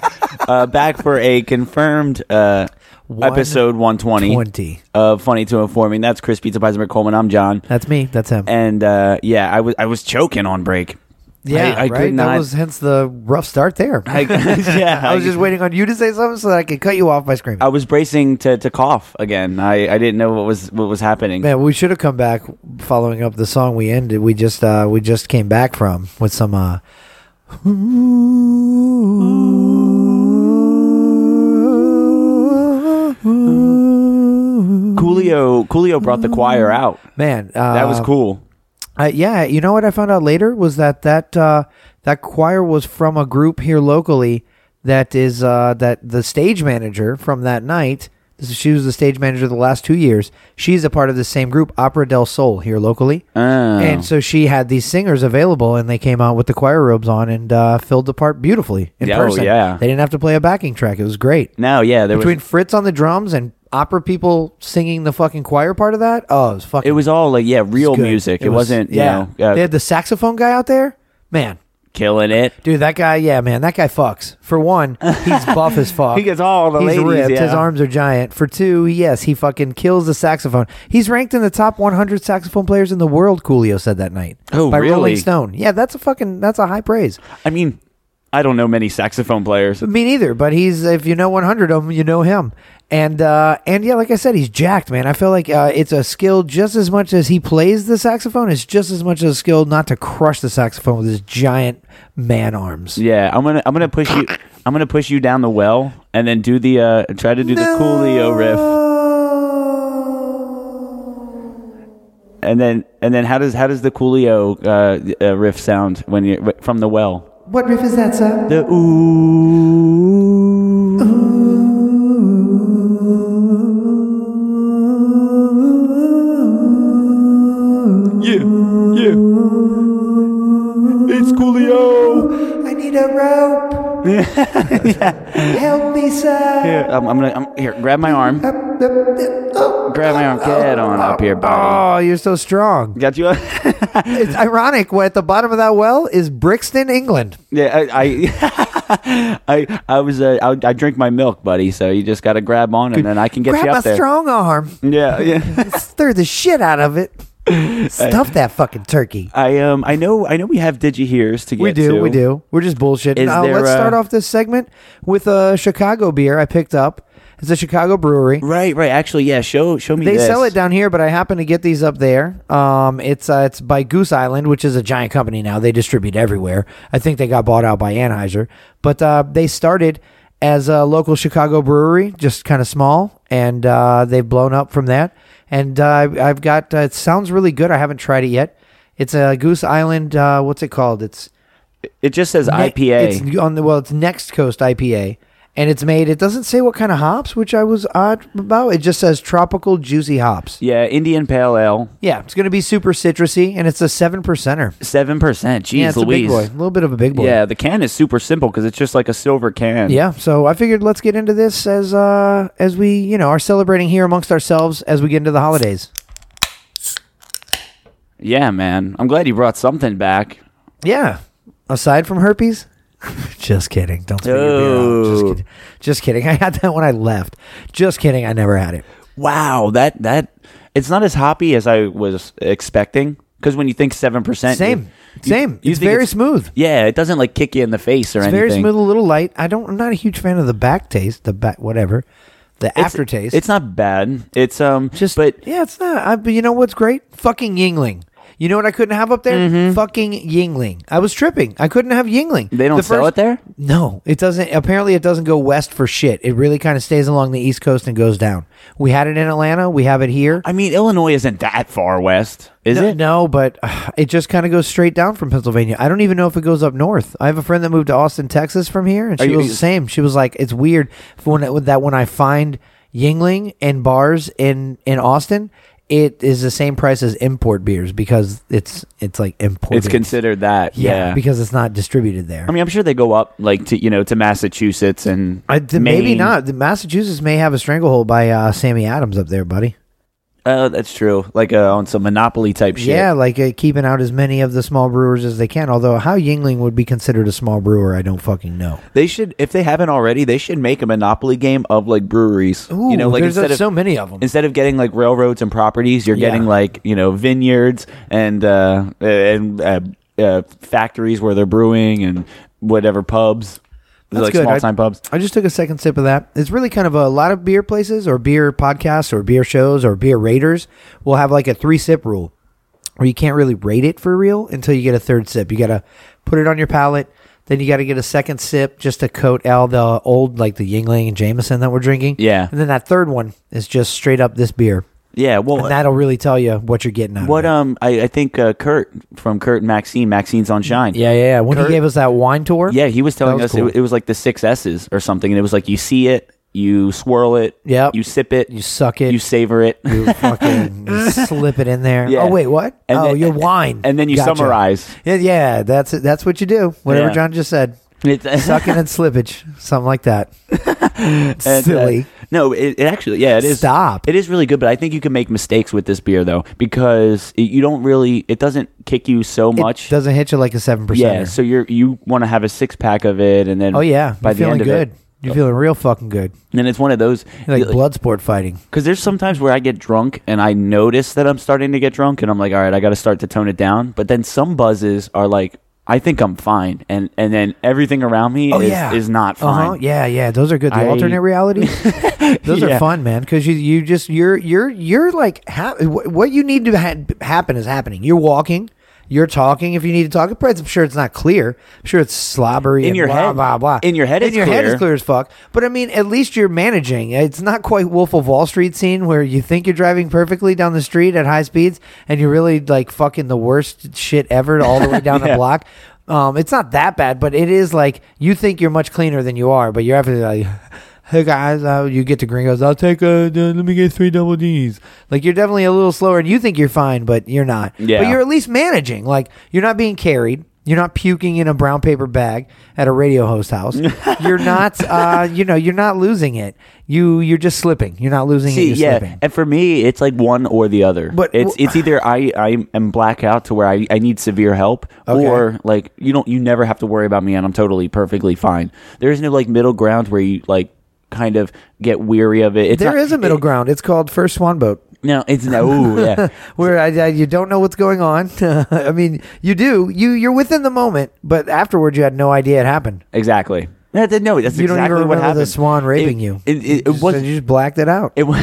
uh, back for a confirmed uh, One episode 120 20. of Funny to Informing. That's Chris Pizza Pizza Coleman. I'm John. That's me. That's him. And uh, yeah, I was I was choking on break. yeah, I, I right. could That not. was hence the rough start there. I, yeah, I was just waiting on you to say something so that I could cut you off by screaming. I was bracing to, to cough again. I, I didn't know what was what was happening. Man, we should have come back following up the song we ended. We just uh we just came back from with some uh Coolio Coolio brought the choir out. man, uh, That was cool. Uh, yeah, you know what I found out later was that that uh, that choir was from a group here locally that is uh, that the stage manager from that night. This is, she was the stage manager the last two years. She's a part of the same group, Opera del Sol, here locally, Uh, Oh. and so she had these singers available, and they came out with the choir robes on and uh, filled the part beautifully in Oh, person. yeah. they didn't have to play a backing track; it was great. No, yeah, there Between was. Fritz on the drums and opera people singing the fucking choir part of that, oh, it was fucking It was all like yeah, real good. music. It, was- wasn't you yeah. know uh, they had the saxophone guy out there. Man, killing it. dude, that guy. Yeah, man, that guy fucks. For one, he's buff as fuck. He gets all the he's ladies, ripped. His yeah. arms are giant. For two, yes, he fucking kills the saxophone. He's ranked in the top 100 saxophone players in the world. Coolio said that night. Oh, by Rolling really? Stone. Yeah, that's a fucking that's a high praise. I mean, I don't know many saxophone players. Me neither, but he's if you know 100 of them, you know him. And uh, and yeah, like I said, he's jacked, man. I feel like uh, it's a skill just as much as he plays the saxophone. It's just as much as a skill not to crush the saxophone with his giant man arms. Yeah, I'm gonna I'm gonna push you I'm gonna push you down the well and then do the uh try to do the Coolio riff and then and then how does how does the Coolio uh, uh riff sound when you from the well? What riff is that, sir? The ooh. Yeah, yeah. It's Coolio. I need a rope. Help me, sir. Here, I'm, I'm gonna I'm, here. Grab my arm. Grab my arm. Get on up here, buddy. Oh, you're so strong. Got you. It's ironic. What at the bottom of that well is Brixton, England. yeah, I, I, I, I was, uh, I, I drink my milk, buddy. So you just got to grab on, and then I can get Grab you my up there. strong arm. yeah, yeah. stir the shit out of it. Stuff that fucking turkey. I, um, I know, I know. We have digi hears to get. We do, to. we do. We're just bullshitting. Is Uh, there let's a- start off this segment with a Chicago beer I picked up. It's a Chicago brewery. Right, right. Actually, yeah. Show, show me. They this. sell it down here, but I happen to get these up there. Um, it's uh, it's by Goose Island, which is a giant company now. They distribute everywhere. I think they got bought out by Anheuser, but uh, they started as a local Chicago brewery, just kind of small, and uh, they've blown up from that. And uh, I've got uh, it sounds really good. I haven't tried it yet. It's a Goose Island. Uh, what's it called? It's It just says Ne- IPA. It's on the well, it's Next Coast IPA, and it's made. It doesn't say what kind of hops, which I was odd about. It just says tropical juicy hops. Yeah, Indian Pale Ale, Yeah, it's going to be super citrusy, and it's a seven percenter. seven percent. Jeez, yeah, it's Louise. a big boy, a little bit of a big boy. Yeah, the can is super simple because it's just like a silver can. yeah. So I figured let's get into this as uh as we you know are celebrating here amongst ourselves as we get into the holidays. yeah, man. I'm glad you brought something back. Yeah. Aside from herpes. Just kidding. Don't spit your beer out. Just Oh. kidding. Just kidding. I had that when I left. Just kidding. I never had it. Wow, that that it's not as hoppy as I was expecting. Because when you think seven percent, Same. Same. It's very smooth. Yeah, it doesn't like kick you in the face or It's anything. very smooth, a little light. I don't. I'm not a huge fan of the back taste. The back, whatever, the It's- aftertaste. It's not bad. It's um just just, but yeah, it's not. I, but you know what's great? Fucking Yingling. You know what I couldn't have up there? Fucking Yingling. I was tripping. I couldn't have Yingling. Mm-hmm. they don't The sell first- it there. No, it doesn't. Apparently, it doesn't go west for shit. It really kind of stays along the east coast and goes down. We had it in Atlanta. We have it here. I mean, Illinois isn't that far west, is no, it? no, but uh, it just kind of goes straight down from Pennsylvania. I don't even know if it goes up north. I have a friend that moved to Austin, Texas from here, and Are she you- was the same. She was like, "It's weird for when it, that when I find Yingling and bars in in Austin, it is the same price as import beers because it's it's like imported. It's considered that. Yeah. yeah, because it's not distributed there. I mean, I'm sure they go up like to you know to Massachusetts and I- th- maybe Maine. not. The Massachusetts may have a stranglehold by uh, Sammy Adams up there, buddy. Oh, that's true. Like uh, on some monopoly type shit. Yeah, like uh, keeping out as many of the small brewers as they can. Although how Yingling would be considered a small brewer, I don't fucking know. They should, if they haven't already, they should make a monopoly game of like breweries. you know, like there's uh, instead of so many of them. instead of getting like railroads and properties, you're Yeah. getting like you know vineyards and uh, and uh, uh, factories where they're brewing and whatever pubs, That's like good. small time I- pubs. I just took a second sip of that. It's really kind of a lot of beer places or beer podcasts or beer shows or beer raters will have like a three sip rule where you can't really rate it for real until you get a third sip. You got to put it on your palate. Then you got to get a second sip just to coat all the old, like the Yingling and Jameson that we're drinking. Yeah. And then that third one is just straight up this beer. Yeah, well, And that'll really tell you what you're getting out what of it. um, I, I think uh, Kurt from Kurt and Maxine, Maxine's on Shine. Yeah, yeah, yeah. When Kurt- he gave us that wine tour. Yeah, he was telling That was us it- cool. it, was like the six S's or something, and it was like you see it, you swirl it, Yep. you sip it, You suck it. you savor it, You fucking you slip it in there. Yeah. Oh wait, what? And oh, then- your wine. and then you Gotcha. summarize. Yeah, yeah, that's it. That's what you do. Whatever Yeah. John just said. It's- Sucking and slippage, something like that. And, uh, Silly. no, it, it actually, yeah, it is. Stop. It is really good, but I think you can make mistakes with this beer though because it, you don't really. It doesn't kick you so much. It doesn't hit you like a seven yeah, percent. so you're you want to have a six pack of it, and then oh yeah, by you're the feeling end of good. it, You're feeling real fucking good. and it's one of those You're like blood sport fighting. Because there's sometimes where I get drunk and I notice that I'm starting to get drunk and I'm like, all right, I got to start to tone it down. But then some buzzes are like, I think I'm fine, and and then everything around me Oh is, yeah, Uh-huh. is not fine. Yeah, yeah, those are good. The I- alternate realities, those Yeah. are fun, man. Because you, you just you're you're you're like ha- wh- what you need to ha- happen is happening. You're walking, you're talking. If you need to talk, But I'm sure it's not clear. I'm sure it's slobbery In and your blah, head. Blah blah. In your head in it's your head clear. is clear as fuck. But I mean, at least you're managing. It's not quite Wolf of Wall Street scene where you think you're driving perfectly down the street at high speeds and you're really like fucking the worst shit ever all the way down the Yeah. block. Um, it's not that bad, but it is like you think you're much cleaner than you are, but you're after like, hey guys, uh, you get to Gringos, I'll take a, uh, let me get three double D's. Like you're definitely a little slower, and you think you're fine, but you're not. Yeah. But you're at least managing. Like you're not being carried. You're not puking in a brown paper bag at a radio host house. you're not, uh, you know, you're not losing it. You you're just slipping. You're not losing See, it. You're yeah, slipping. and for me, it's like one or the other. But- it's it's either I I am blackout to where I, I need severe help, Okay. or like you don't you never have to worry about me, and I'm totally perfectly fine. There is no like middle ground where you like kind of get weary of it. It's There not- is a middle it- ground. It's called First Swan Boat. No, it's no. ooh, yeah, where I, I, you don't know what's going on. I mean, you do. You you're within the moment, but afterwards you had no idea it happened. Exactly. No, that- no, that's You don't exactly even what remember happened. the swan raping It- you. It, it, it You just- wasn't. you just blacked it out. It, wa-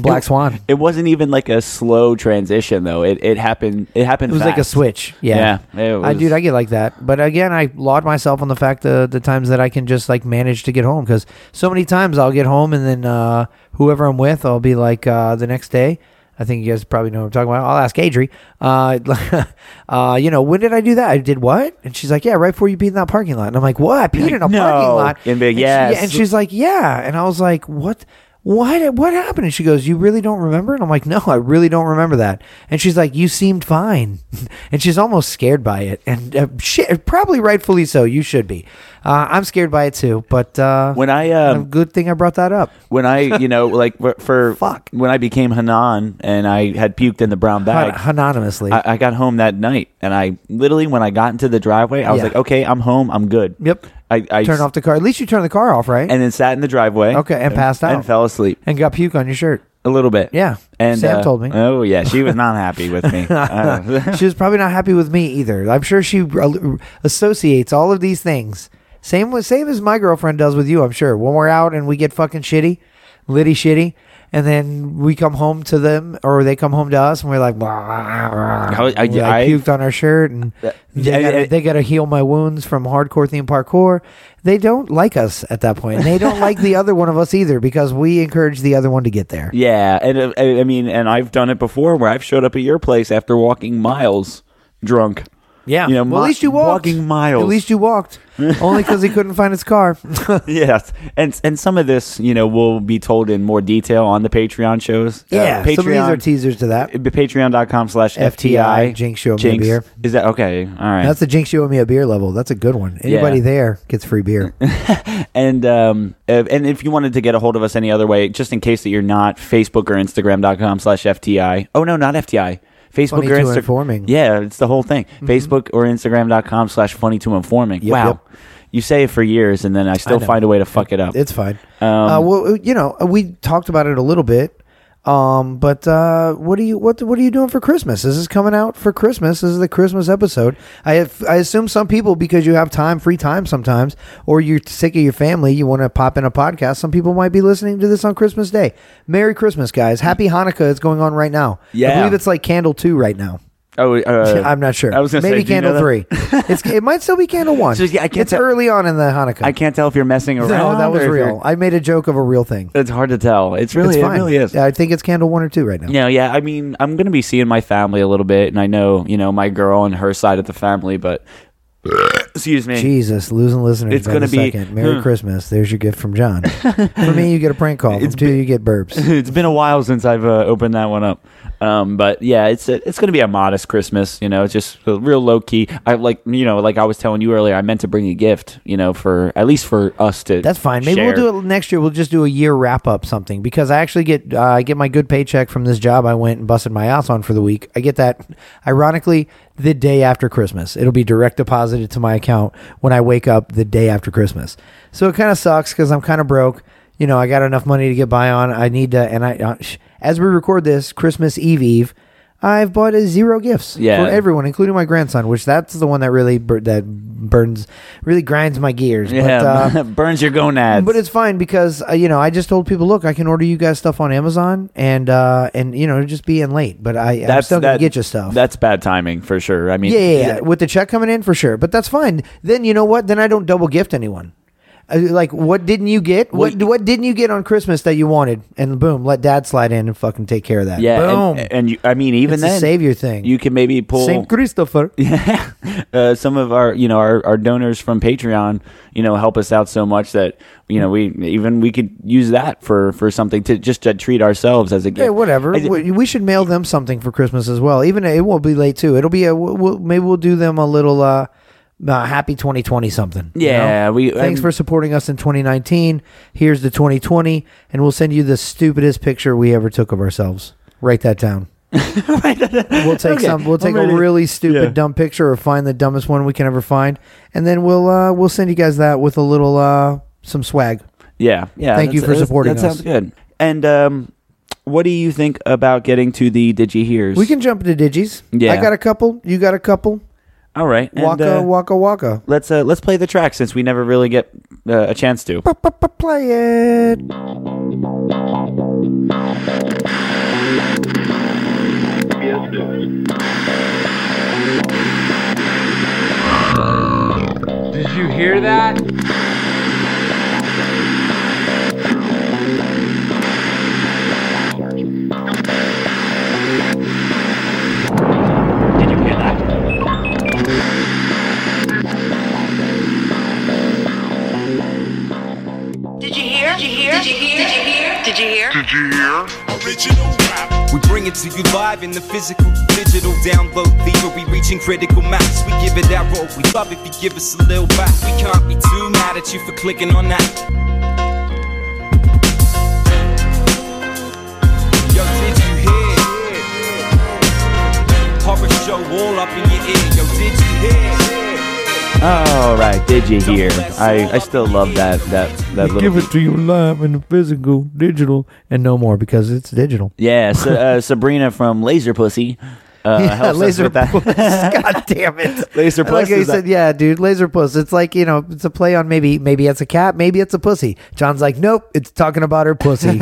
Black swan. It wasn't even like a slow transition though. It it happened. It happened. It was like a fast. switch. Yeah. Yeah, it I, was- dude, I get like that. But again, I laud myself on the fact that the times that I can just like manage to get home because so many times I'll get home and then uh, whoever I'm with, I'll be like uh, the next day. I think you guys probably know what I'm talking about. I'll ask Adri. Uh, uh, you know, when did I do that? I did what? And she's like, yeah, right before you peed in that parking lot. And I'm like, what? I peed in a No. parking lot. And be like, she- "Yes." and she's like, yeah. And I was like, what? Why did, what happened? And she goes, You really don't remember? And I'm like, No, I really don't remember that. And she's like, You seemed fine. and she's almost scared by it. And uh, shit, probably rightfully so. You should be. Uh, I'm scared by it too. But uh, When I, um, uh, good thing I brought that up. when I, you know, like for, for Fuck. when I became Hanan and I had puked in the brown bag. Hon- anonymously. I, I got home that night and I literally when I got into the driveway, I was Yeah. like, okay, I'm home, I'm good. Yep. I, I turn off the car. At least you turn the car off, right? and then sat in the driveway. Okay, and passed out. and fell asleep. and got puke on your shirt. A little bit. Yeah. And Sam uh, told me. Oh yeah, she was not happy with me. Uh, she was probably not happy with me either. I'm sure she rel- associates all of these things. Same with same as my girlfriend does with you. I'm sure when we're out and we get fucking shitty, litty shitty, and then we come home to them or they come home to us and we're like, I, I- I- puked on our shirt and yeah, they, gotta, I- they gotta heal my wounds from hardcore theme parkour. They don't like us at that point. And they don't like the other one of us either because we encourage the other one to get there. Yeah, and uh, I I mean, and I've done it before where I've showed up at your place after walking miles drunk. Yeah. You know, well, mi- at least you walked. walking miles. At least you walked. Only because he couldn't find his car. yes, and and some of this, you know, will be told in more detail on the Patreon shows. Uh, yeah. Patreon, Some of these are teasers to that. it'd be patreon.com slash FTI, FTI. Jinx, show me a beer. Is that okay? All right. That's the jinx you owe me a beer level. That's a good one. Anybody Yeah. there gets free beer. and um, if- and if you wanted to get a hold of us any other way, just in case that you're not, Facebook or Instagram.com slash FTI. Oh, no, not FTI. Facebook Funny or to Instagram. informing. Mm-hmm. Yeah, it's the whole thing. Facebook or Instagram.com slash funny to informing. wow. yep. You say it for years and then I still know. find a way to fuck it up. It's fine. Um, uh, well, you know, we talked about it a little bit. Um, but uh, what are you what what are you doing for Christmas? This is coming out for Christmas. This is the Christmas episode. I have, I assume some people because you have time, free time sometimes, or you're sick of your family, you want to pop in a podcast. Some people might be listening to this on Christmas Day. Merry Christmas, guys! Happy Hanukkah is going on right now. I Yeah. believe it's like candle two right now. oh, uh, I'm not sure. I was gonna maybe say, do you candle know that? three. it's, it might still be candle one. So, yeah, I can't it's tell- early on in the Hanukkah. I can't tell if you're messing around. No, that was or if you're- real. I made a joke of a real thing. It's hard to tell. It's really, it's fine. it really is. I think it's candle one or two right now. No, yeah. I mean, I'm gonna be seeing my family a little bit, and I know, you know, my girl and her side of the family, but excuse me. Jesus, losing listeners. It's by gonna the be- second. Merry Hmm. Christmas. There's your gift from John. For me, you get a prank call. From two, you get burps. It's been a while since I've uh, opened that one up, um, but yeah, it's it's gonna be a modest Christmas. You know, it's just a real low key. I like, you know, like I was telling you earlier, I meant to bring a gift. You know, for at least for us to. That's fine. Maybe share. we'll do it next year. We'll just do a year wrap up something because I actually get uh, I get my good paycheck from this job I went and busted my ass on for the week. I get that ironically the day after Christmas. It'll be direct deposited to my account when I wake up the day after Christmas. So it kind of sucks because I'm kind of broke. You know, I got enough money to get by on. I need to, and I uh, sh- as we record this Christmas Eve Eve. I've bought a zero gifts Yeah. for everyone, incling my grandson, which that's the one that really bur- that burns, really grinds my gears. Yeah, But, uh, burns your gonads. but it's fine because uh, you know I just told people, look, I can order you guys stuff on Amazon, and uh, and you know it'll just be in late, but I I'm still gonna that- get you stuff. That's bad timing for sure. I mean, yeah, yeah, yeah, with the check coming in for sure, but that's fine. Then you know what? Then I don't double gift anyone. Uh, Like what didn't you get? What Well, what didn't you get on Christmas that you wanted? And boom, let Dad slide in and fucking take care of that. Yeah, boom. and, and you, I mean, even It's a then, savior thing. You can maybe pull Saint Christopher. uh, some of our, you know, our, our donors from Patreon, you know, help us out so much that you know we even we could use that for for something to just to treat ourselves as a gift. Yeah, whatever. I- we, we should mail them something for Christmas as well. Even it won't be late too. It'll be a we'll, we'll- maybe we'll do them a little uh, uh happy 2020 something. you Yeah, know? we- um, thanks I'm- for supporting us in 2019. Here's the 2020, and we'll send you the stupidest picture we ever took of ourselves. Write that down. we'll take Okay, some. We'll I'm take a ready. really stupid, Yeah. dumb picture, or find the dumbest one we can ever find, and then we'll uh, we'll send you guys that with a little uh, some swag. yeah, yeah. Thank you that's- for that's- supporting That us. sounds good. And um, what do you think about getting to the Digi Hears? We can jump into digis. Yeah. I got a couple. You got a couple. all right. and, Waka uh, waka waka. Let's uh, let's play the track since we never really get uh, a chance to. Play it. Did you hear that? Did you hear? Did you hear? Did you hear? Did you hear? Original rap. We bring it to you live in the physical, digital download theory, reaching critical mass. We give it that roll. We love if you give us a little back. We can't be too mad at you for clicking on that. Yo, did you hear? Horror show all up in your ear. Yo, did you hear? All right, Digi Hear. I, I still love that that that little. to you live in the physical, digital, and no more because it's digital. Yeah, so, uh, Sabrina from Laser Pussy. Uh, helps us laser with that. puss. God damn it. Laser I Like puss I is said, that- yeah, dude, laser puss. It's like, you know, it's a play on maybe maybe it's a cat, maybe it's a pussy. John's like, nope, it's talking about her pussy.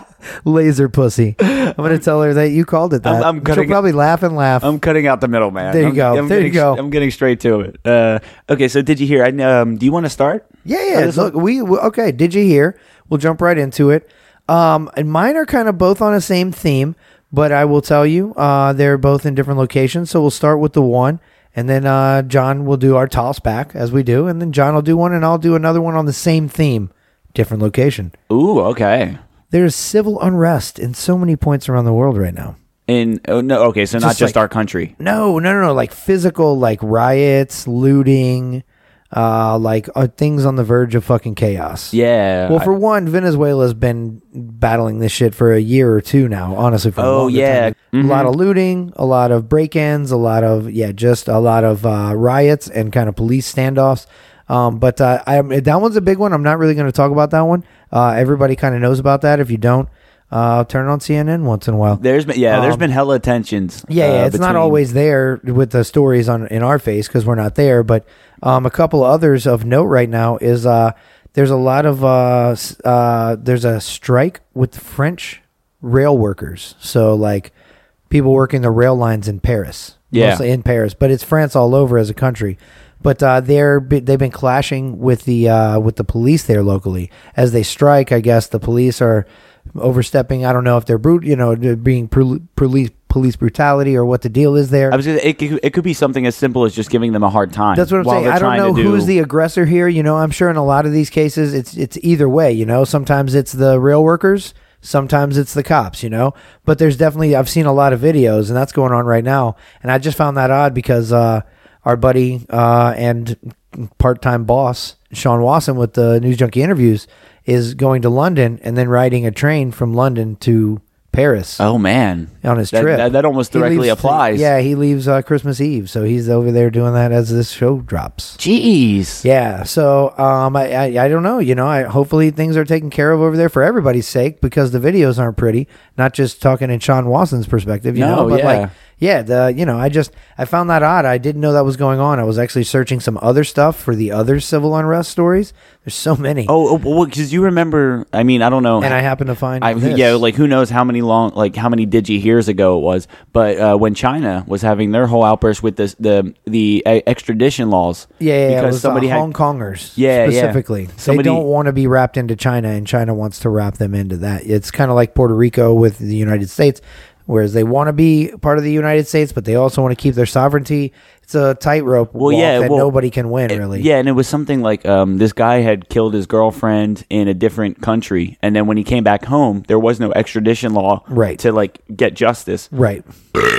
laser pussy. I'm gonna tell her that you called it that. I'm- I'm She'll cutting- probably laugh and laugh. I'm cutting out the middle, man. There you I'm- go. I'm There you getting, go. I'm getting straight to it. Uh, okay, so did you hear? I um, do you want to start? Yeah, For yeah. this Look, we we- okay. Did you hear? We'll jump right into it. Um, and mine are kind of both on the same theme, but I will tell you, uh, they're both in different locations. So we'll start with the one, And then uh, John will do our toss back as we do, and then John will do one, and I'll do another one on the same theme, different location. Ooh, okay. There is civil unrest in so many points around the world right now. In oh no, okay, so not Just just like- our country. No, no, no, no. Like physical, like riots, looting, uh, like uh, things on the verge of fucking chaos. Yeah. Well, for one, Venezuela's been battling this shit for a year or two now. Honestly, for a Oh, longer yeah. Mm-hmm. time. a lot of looting, a lot of break-ins, a lot of yeah, just a lot of uh, riots and kind of police standoffs. Um, but uh, I, that one's a big one. I'm not really going to talk about that one. Uh, everybody kind of knows about that. If you don't, uh, turn on CNN once in a while. there's been yeah, there's Um, been hella tensions. Yeah, yeah, uh, it's not between- always there with the stories on in our face because we're not there. But um, a couple of others of note right now is uh, there's a lot of uh, s- uh, there's a strike with French rail workers. So like people working the rail lines in Paris, Yeah. mostly in Paris, but it's France all over as a country. But uh, they're be- they've been clashing with the uh, with the police there locally as they strike. I guess the police are overstepping. I don't know if they're brute, you know, they're being pol- police police brutality or what the deal is there. I was gonna, it, could- it could be something as simple as just giving them a hard time. That's what I'm while saying. they're I don't trying know to who's do- the aggressor here. You know, I'm sure in a lot of these cases, it's it's either way. You know, sometimes it's the rail workers, sometimes it's the cops. You know, but there's definitely I've seen a lot of videos, and that's going on right now. And I just found that odd because uh, our buddy uh, and part-time boss Sean Wasson with the News Junkie interviews is going to London and then riding a train from London to Paris Oh man, on his That- trip. that- that almost He directly leaves- applies. yeah, he leaves uh, Christmas Eve, so he's over there doing that as this show drops. jeez. Yeah, so um, I, I I don't know. You know, I hopefully things are taken care of over there for everybody's sake because the videos aren't pretty. Not just talking in Sean Watson's perspective, you No, know, but yeah. like yeah, the you know, I just I found that odd. I didn't know that was going on. I was actually searching some other stuff for the other civil unrest stories. There's so many. Oh, because you remember? I mean, I don't know. and I happen to find I, this. yeah, like who knows how many long, like how many digi years ago it was. But uh, when China was having their whole outburst with this, the the uh, extradition laws, yeah, yeah, yeah, it because was, uh, somebody had- Hong Kongers Yeah, yeah. specifically. Somebody- they don't want to be wrapped into China, and China wants to wrap them into that. It's kind of like Puerto Rico with the United States, whereas they want to be part of the United States, but they also want to keep their sovereignty. It's a tightrope Well, walk yeah, that well, nobody can win really. Yeah, and it was something like um, this guy had killed his girlfriend in a different country, and then when he came back home, there was no extradition law, Right. to like get justice. right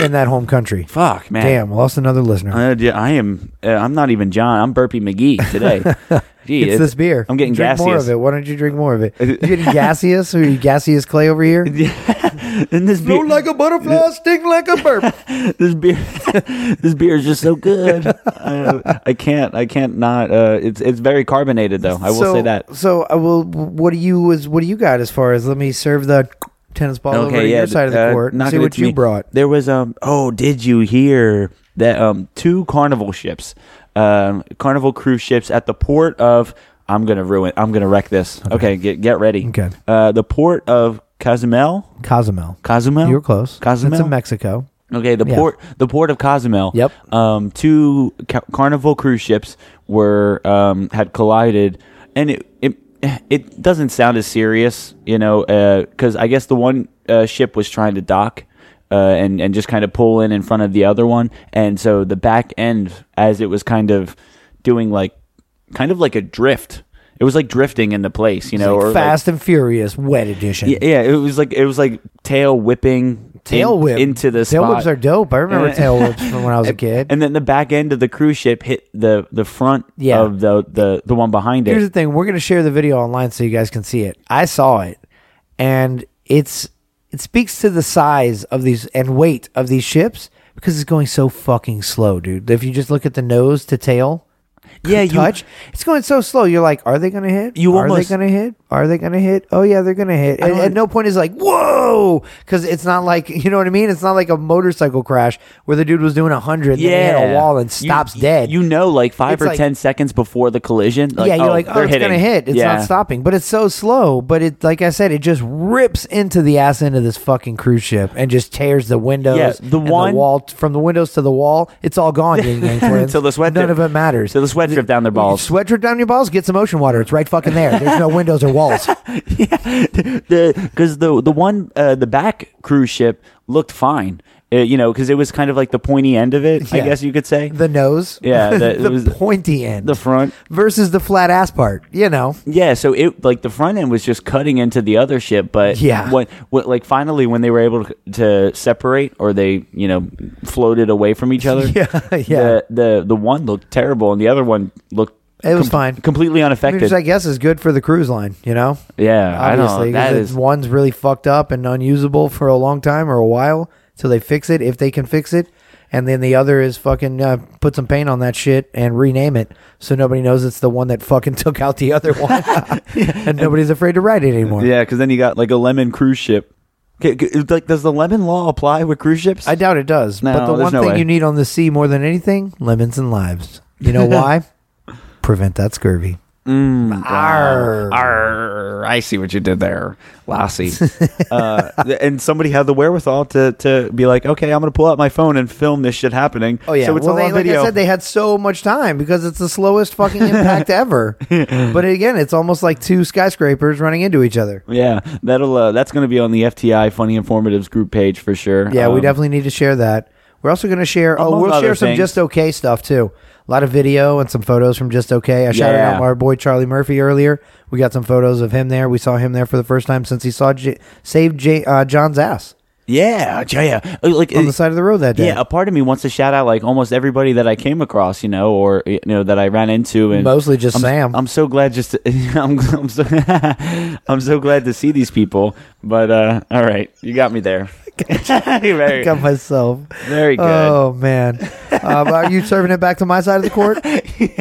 in that home country. Fuck, man. Damn, lost another listener. Uh, yeah, I am. Uh, I'm not even John. I'm Burpee McGee today. Gee, it's, this beer. I'm getting drink more gaseous. of it. Why don't you drink more of it? You getting gaseous? Are you gaseous clay over here? And this beer, Float like a butterfly, sting like a burp. this beer, this beer is just so good. I, I can't. I can't not. Uh, it's it's very carbonated though. I will so, say that. So I will. What do you was? What do you got as far as? Let me serve the tennis ball over to your side of the uh, court. and knock see it what to you me. brought. There was um oh, did you hear that um two carnival ships, um carnival cruise ships at the port of I'm gonna ruin I'm gonna wreck this. Okay, get get ready. Okay. Uh the port of Cozumel. Cozumel. Cozumel? You were close. Cozumel? That's in Mexico. Okay, the Yeah. port the port of Cozumel. Yep. Um, two ca- Carnival cruise ships were um, had collided, and it it it doesn't sound as serious, you know, because I guess the one uh, ship was trying to dock. Uh, and, and just kind of pull in in front of the other one. And so the back end, as it was kind of doing like, kind of like a drift, it was like drifting into place, you know, or like- Fast and Furious Wet Edition. Oh, yeah, yeah, it was like, it was like tail whipping in- Tail whip into the Tail spot. whips are dope. I remember And- tail whips from when I was a kid. And then the back end of the cruise ship hit the the front Yeah. of the, the the one behind Here's the it. thing: we're going to share the video online so you guys can see it. I saw it, and it's it speaks to the size of these and weight of these ships because it's going so fucking slow, dude. If you just look at the nose to tail, Yeah, you- touch. It's going so slow. You're like, are they going to hit? You are almost- they going to hit? Are they going to hit? Oh yeah, they're going to hit. And don't- at no point is like, whoa, because it's not like you know what I mean. It's not like a motorcycle crash where the dude was doing hundred, yeah, then he hit a wall and You- stops dead. You know, like five It's or like- ten seconds before the collision. Like, yeah, you're like, oh, they're it's hitting. gonna hit. It's yeah. not stopping, but it's so slow. But it, like I said, it just rips into the ass end of this fucking cruise ship and just tears the windows. Yeah, the and one- wall from the windows to the wall. It's all gone. Yin Yang twins. Till the sweat None drip- of it matters. till the sweat drip down their balls. Sweat drip down your balls. Get some ocean water. It's right fucking there. There's no windows or walls. the because the the one uh, the back cruise ship looked fine. Uh, you know, because it was kind of like the pointy end of it, I Yeah. guess you could say. The nose. Yeah, that- it the was- pointy end. the front. versus the flat ass part. You know. Yeah, so it like the front end was just cutting into the other ship, but Yeah. what what like finally when they were able to, to separate or they you know floated away from each other, Yeah, yeah. the the, the one looked terrible and the other one looked It was fine. completely unaffected. Which I guess is good for the cruise line, you know. yeah, Obviously, I don't, that 'cause is if one's really fucked up and unusable for a long time or a while till they fix it, if they can fix it, and then the other is fucking uh, put some paint on that shit and rename it so nobody knows it's the one that fucking took out the other one, and nobody's afraid to write it anymore. yeah, because then you got like a lemon cruise ship. Okay, c- Like, does the lemon law apply with cruise ships? I doubt it does. No, but the there's one no thing way. you need on the sea more than anything, lemons and lives. You know why? Prevent that scurvy. Arr. Arr, I see what you did there, Lassie. uh, th- and somebody had the wherewithal to to be like, okay, I'm going to pull out my phone and film this shit happening. Oh yeah, so it's well, all they, on like video. I said, they had so much time because it's the slowest fucking impact ever. But again, it's almost like two skyscrapers running into each other. yeah, that'll uh, that's going to be on the FTI Funny Informatives group page for sure. Yeah, we Um, definitely need to share that. We're also going to share. Oh, Among we'll other share some things. just okay stuff too. A lot of video and some photos from just okay. I shouted Yeah. out our boy Charlie Murphy earlier. We got some photos of him there. We saw him there for the first time since he saw J- saved J- uh, John's ass Yeah, yeah, Uh, like on uh, the side of the road that day. Yeah, a part of me wants to shout out like almost everybody that I came across, you know, or you know that I ran into, and Mostly just I'm, Sam. I'm so glad just I'm I'm so, I'm so glad to see these people. But uh, all right, you got me there. You're very, got myself. very good. Oh man, um, are you serving it back to my side of the court? yeah,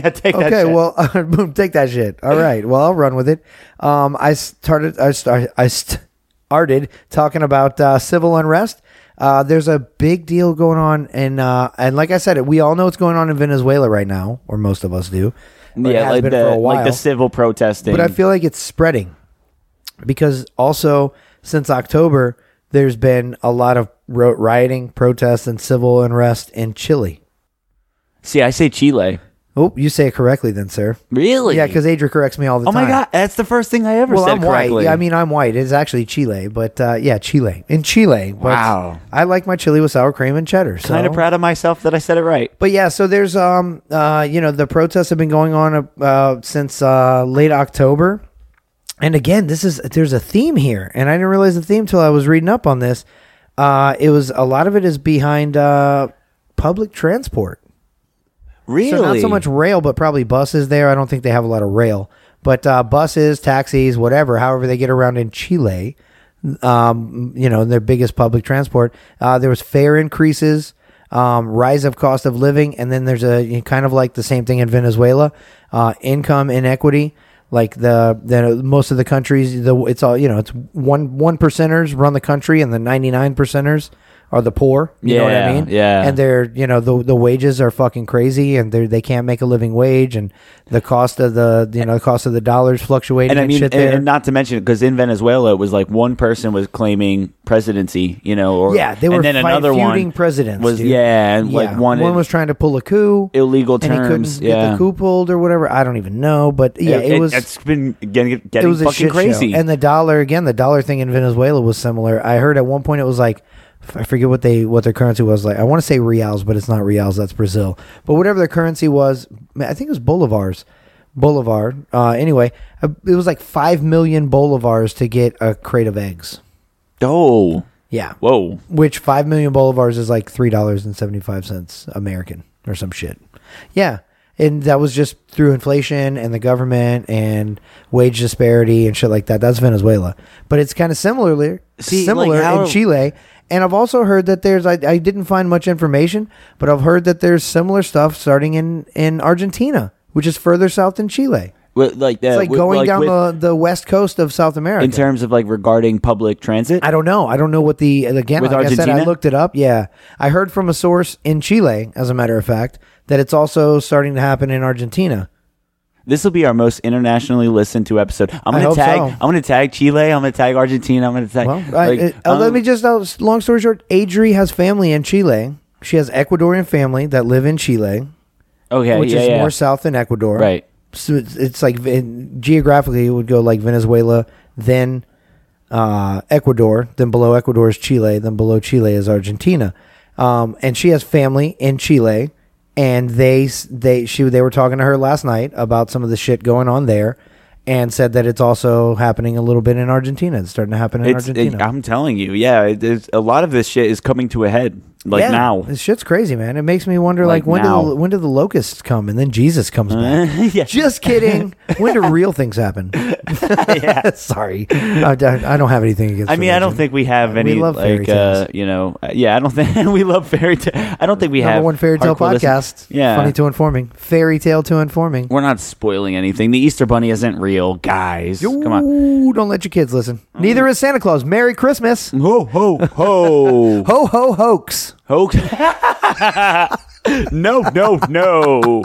take that. okay shit. well boom take that shit all right well i'll run with it um i started i started i started talking about uh, civil unrest uh, there's a big deal going on in uh, and like i said we all know what's going on in venezuela right now or most of us do or it yeah, has like been the like the civil protesting. but I feel like it's spreading because also since October, there's been a lot of ro- rioting, protests, and civil unrest in Chile. see, I say Chile. Oh, you say it correctly then, sir. Really? Yeah, because Adra corrects me all the oh time. my god, that's the first thing I ever Well, said I'm white. correctly. Yeah, I mean, I'm white. It's actually Chile, but uh, yeah, Chile in Chile. But Wow. I like my chili with sour cream and cheddar. So. kind of proud of myself that I said it right. But yeah, so there's um uh you know the protests have been going on uh, uh since uh late October. And again, this is there's a theme here, and I didn't realize the theme till I was reading up on this. Uh, it was a lot of it is behind uh, public transport. Really? So not so much rail, but probably buses there. I don't think they have a lot of rail, but uh, buses, taxis, whatever, however they get around in Chile, um, you know, their biggest public transport. Uh, there was fare increases, um, rise of cost of living, and then there's a you know, kind of like the same thing in Venezuela, uh, income inequity. Like the, the most of the countries, the it's all you know, it's one one percenters run the country, and the ninety nine percenters are the poor. You know what I Yeah, mean? yeah. And they're you know the the wages are fucking crazy and they they can't make a living wage and the cost of the you know the cost of the dollars fluctuating and and, I mean, shit and, there. and not to mention, because in Venezuela, it was like one person was claiming presidency, you know, or yeah, they were and then fight- another feuding one presidents. was dude. yeah, and like Yeah. one, was trying to pull a coup, illegal and he couldn't terms, get yeah. the coup pulled or whatever. I don't even know, but yeah, it, was it's been getting, it getting was a fucking shit crazy. show. And the dollar again, the dollar thing in Venezuela was similar. I heard at one point it was like I forget what they what their currency was like. I want to say reals, but it's not reals. That's Brazil. But whatever their currency was, I think it was bolivars. Bolivar. Uh, anyway, uh, it was like five million bolivars to get a crate of eggs. oh, Yeah. whoa, Which five million bolivars is like three dollars and seventy five cents American or some shit. Yeah. And that was just through inflation and the government and wage disparity and shit like that. That's Venezuela. But it's kind of similarly See, similar like, how- in Chile. And I've also heard that there's I, I didn't find much information, but I've heard that there's similar stuff starting in, in Argentina, which is further south than Chile. Well, like It's like going down the, the west coast of South America. in terms of like regarding public transit. I don't know. I don't know what the again. With like I said, I Argentina? looked it up. Yeah, I heard from a source in Chile, as a matter of fact, that it's also starting to happen in Argentina. This will be our most internationally listened to episode. I'm I gonna hope tag. so. I'm gonna tag Chile. I'm gonna tag Argentina. I'm gonna tag. Well, like, I, uh, let um, me just. Uh, long story short, Adri has family in Chile. She has Ecuadorian family that live in Chile, Okay, which yeah, is yeah. more south than Ecuador. Right. So it's, it's like in, geographically, it would go like Venezuela, then uh, Ecuador, then below Ecuador is Chile, then below Chile is Argentina. um, and she has family in Chile, and they s- they she they were talking to her last night about some of the shit going on there, and said that it's also happening a little bit in Argentina. It's starting to happen in It's, it- Argentina. I'm telling you, yeah. It, it's, a lot of this shit is coming to a head, like Yeah, now. this shit's crazy, man. It makes me wonder, like, Like, when do now. the, when do the locusts come, and then Jesus comes back? Yeah. Just kidding. when do real things happen? Sorry, I, don't- I don't have anything against. I mean, I don't religion. think we have We any love fairy like uh, tales. you know, uh, yeah. I don't think we love fairy tale. I don't think we number have one fairy tale hardcore listen- podcast. Yeah, funny to informing, fairy tale to informing. we're not spoiling anything. The Easter Bunny isn't real, guys. Come on. Mm. Ooh, don't let your kids listen. Neither is Santa Claus. Merry Christmas. Ho ho ho Ho ho hoax. ho! no no no.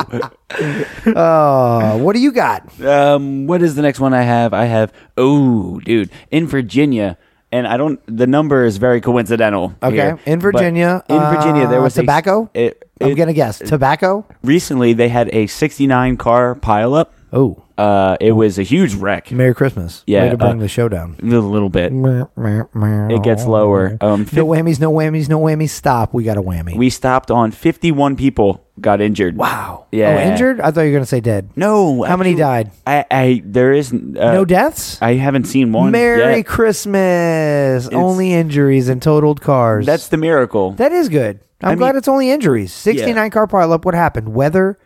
Uh, what do you got? Um, what is the next one I have? I have oh, dude, in Virginia, and I don't. The number is very coincidental. Okay, here, in but Virginia, in Virginia, there uh, was a- tobacco? it- I'm it- gonna guess tobacco. Recently, they had a 69 car pileup. Oh, Uh, it was a huge wreck. Merry Christmas. Yeah, Way to bring uh, the show down. A little bit. It It gets lower. Um, fif- No whammies, no whammies, no whammies. Stop. We got a whammy. we stopped on 51 people got injured. wow. Yeah. Oh, injured? I thought you were gonna say dead. No. How many actually, died? I, I there is uh, no deaths. I haven't seen one. Merry yet. Christmas. Only injuries and totaled cars. That's the miracle. That is good. I'm mean- glad it's only injuries. 69 car pileup. What happened? Weather?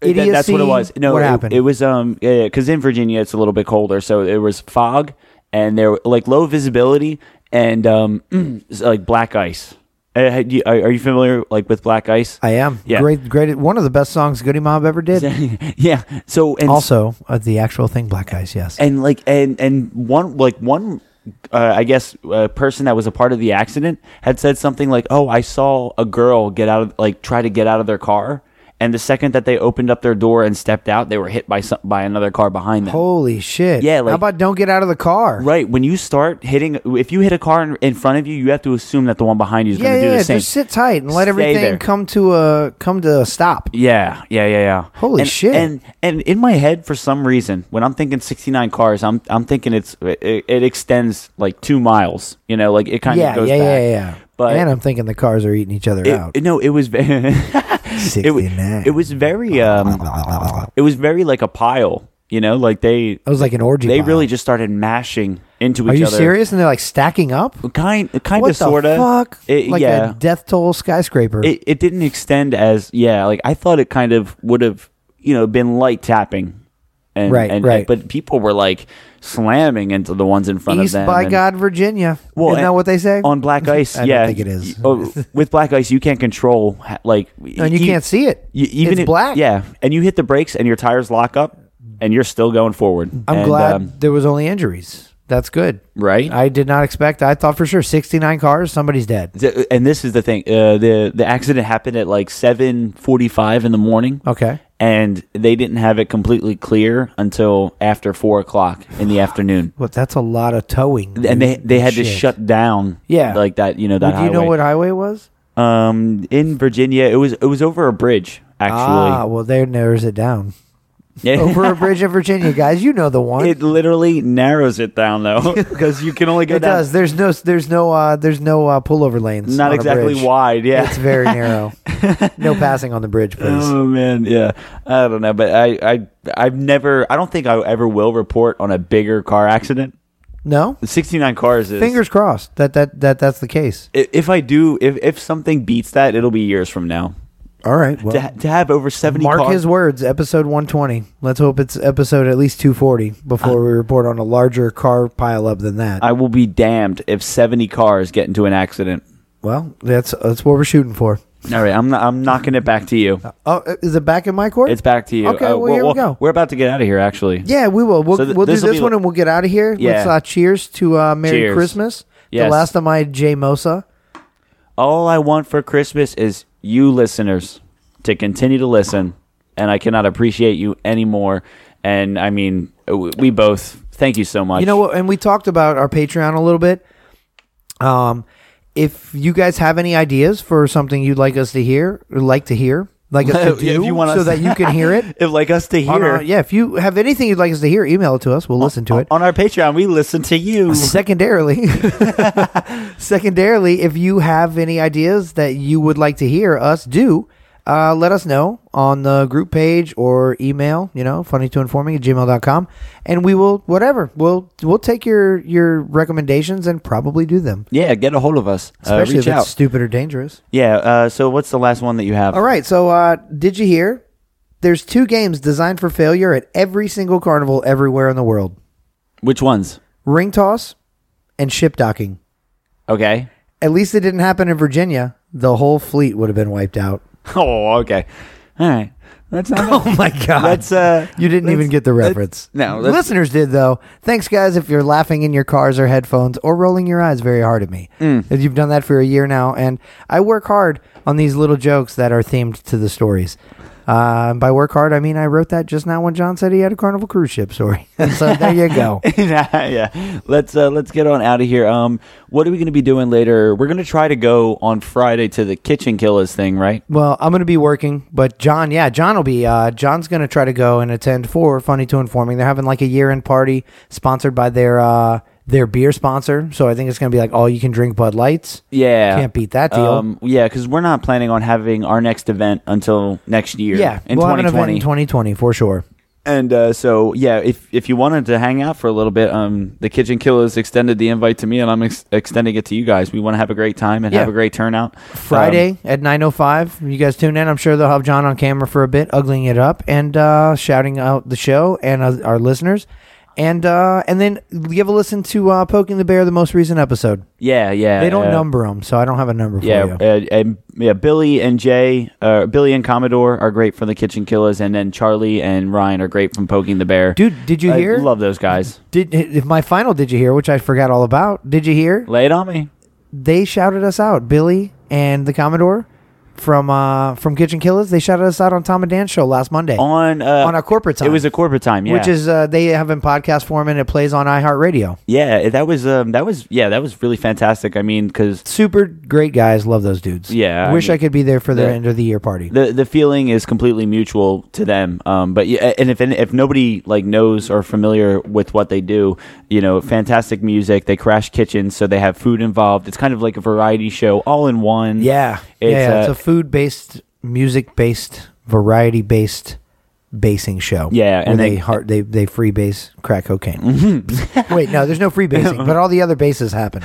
Th- Idiocy? that's what it was. No, what it, happened? It was um because in Virginia it's a little bit colder, so it was fog and there were, like low visibility and um s- like black ice. Uh, had you- Are are you familiar like with black ice? I am. Yeah. Great, great. One of the best songs Goody Mob ever did. yeah. So and also, uh, the actual thing, Black Eyes, yes. and like and and one like one uh, I guess uh, person that was a part of the accident had said something like, "Oh, I saw a girl get out of like try to get out of their car." And the second that they opened up their door and stepped out, they were hit by some, by another car behind them. Holy shit. Yeah, like- How about Don't Get Out of the Car? Right. When you start hitting, if you hit a car in, in front of you, you have to assume that the one behind you is Yeah, going to yeah, do yeah. the same. Just sit tight and let Stay everything there. come to a come to a stop. Yeah, yeah, yeah, yeah. Holy And- shit. And and in my head, for some reason, when I'm thinking 69 cars, I'm I'm thinking it's it, it extends like two miles. You know, like it kind of Yeah, yeah, goes yeah, back. yeah, yeah. But and I'm thinking the cars are eating each other it, out. it- no, it was ve- it, wa- 69. it was very um it it was very like a pile. You know, like they was like an orgy. they pile. really just started mashing into Are each you other. serious? And they're like stacking up? Kind kind what of sort the of fuck? like yeah. a death toll skyscraper. it, it didn't extend as yeah like i thought it kind of would have you know been light tapping and Right, and, right. but people were like slamming into the ones in front East of them by and- God, Virginia. well, Isn't that and- what they say? on black ice I don't yeah think it is. y- oh, with black ice you can't control ha- like and you, can't see it. e- you, even it's if- black. yeah and you hit the brakes and your tires lock up and you're still going forward I'm And, glad um, there was only injuries. That's good. Right? I did not expect. I thought for sure 69 cars, somebody's dead. th- and this is the thing uh, the the accident happened at like 7:45 in the morning Okay. and they didn't have it completely clear until after four o'clock in the afternoon. Well, that's a lot of towing. And they they had to Shit. shut down, Yeah. like that. You know that. Well, do you know highway. what highway it was? Um, in Virginia, it was it was over a bridge actually. Ah, well, there narrows it down. Yeah. Over a bridge in Virginia, guys. You know the one. it literally narrows it down though, because you can only go It down. does. There's no. There's no. Uh, there's no uh, pullover lanes. Not on a exactly bridge. wide, yeah. It's very narrow. no passing on the bridge, please. Oh man, yeah. I don't know, but I I I've never. I don't think I ever will report on a bigger car accident. no. Sixty nine cars is Fingers crossed that that that that's the case. i- If I do, if if something beats that, it'll be years from now. All right. Well, to, ha- to have over 70 mark car- his words. Episode 120. Let's hope it's episode at least 240 before we report on a larger car pileup than that. Uh. I will be damned if 70 cars get into an accident. well, that's that's what we're shooting for. All right, I'm not, I'm knocking it back to you. Oh, uh, is it back in my court? It's back to you. Okay. Uh, well, here we go. We're about to get out of here actually. Yeah, we will. We'll, So th- we'll do this'll this be one like- and we'll get out of here. Yeah. Let's uh, cheers to uh, Merry Cheers. Christmas. The Yes. last of my J Mosa. All I want for Christmas is you listeners to continue to listen and I cannot appreciate you anymore and I mean w- we both thank you so much. You know what? And we talked about our Patreon a little bit. Um, if you guys have any ideas for something you'd like us to hear or like to hear, like us to Yeah, do want so us- that you can hear it. if like us to On hear, our- yeah, if you have anything you'd like us to hear, email it to us. We'll listen to it. on our Patreon, we listen to you. Secondarily, secondarily, if you have any ideas that you would like to hear us do, uh, let us know on the group page or email, you know, funny2informing at gmail.com. And we will, whatever, we'll, we'll take your, your recommendations and probably do them. Yeah, get a hold of us. Uh, Especially reach if out. it's stupid or dangerous. yeah. Uh, so what's the last one that you have? All right. So, uh, did you hear? There's two games designed for failure at every single carnival everywhere in the world Which ones? ring toss and ship docking. Okay. At least it didn't happen in Virginia. The whole fleet would have been wiped out. Oh, okay. All right. That's not. Oh my God. That's uh. you didn't even get the reference. no, that's- Listeners did, though. Thanks, guys, if you're laughing in your cars or headphones or rolling your eyes very hard at me. You've done that for a year now, and I work hard on these little jokes that are themed to the stories. Uh, by work hard, I mean I wrote that just now when John said he had a Carnival cruise ship story. so there you go. yeah. Let's uh, let's get on out of here. Um, what are we going to be doing later? We're going to try to go on Friday to the Kitchen Killers thing, right? Well, I'm going to be working, but John, yeah, John will be. Uh, John's going to try to go and attend for Funny to Informing. They're having like a year end party sponsored by their uh, their beer sponsor. So I think it's going to be like all you can drink Bud Lights. Yeah. Can't beat that deal. Um, yeah, because we're not planning on having our next event until next year. yeah, In we'll have an 2020. event in 2020 for sure. And uh, so, yeah, if if you wanted to hang out for a little bit, um, the Kitchen Killers extended the invite to me, and I'm ex- extending it to you guys. We want to have a great time and have Yeah. a great turnout. Friday Um, at 9:05. You guys tune in. I'm sure they'll have John on camera for a bit, ugling it up and uh, shouting out the show and uh, our listeners. And uh, and then give a listen to uh, poking the bear the most recent episode. yeah, yeah. They don't uh, number them, so I don't have a number for Yeah, you. uh, and yeah. Billy and Jay, uh, Billy and Commodore are great from the Kitchen Killers, and then Charlie and Ryan are great from Poking the Bear. Dude, did you I hear? Love those guys. Did eh, if my final did you hear, which I forgot all about? Did you hear? Lay it on me. They shouted us out, Billy and the Commodore from uh from Kitchen Killers. They shouted us out on Tom and Dan's show last Monday, On uh, On our corporate time. It was a corporate time, yeah. which is uh, they have in podcast form and it plays on iHeartRadio. yeah, that was um, that was yeah, that was really fantastic. I mean, because Super great guys, love those dudes. Yeah, I wish I, mean, could be there for their the- end of the year party. the the feeling is completely mutual to them. Um, but yeah, and if if nobody like knows or familiar with what they do, you know, fantastic music. They crash kitchens, so they have food involved. It's kind of like a variety show all in one. yeah, it's, yeah, it's uh, a food based, music based, variety based basing show. Yeah, and and they, they- Mm-hmm. heart they they free base crack cocaine. Wait, no, there's no free basing, but all the other bases happen.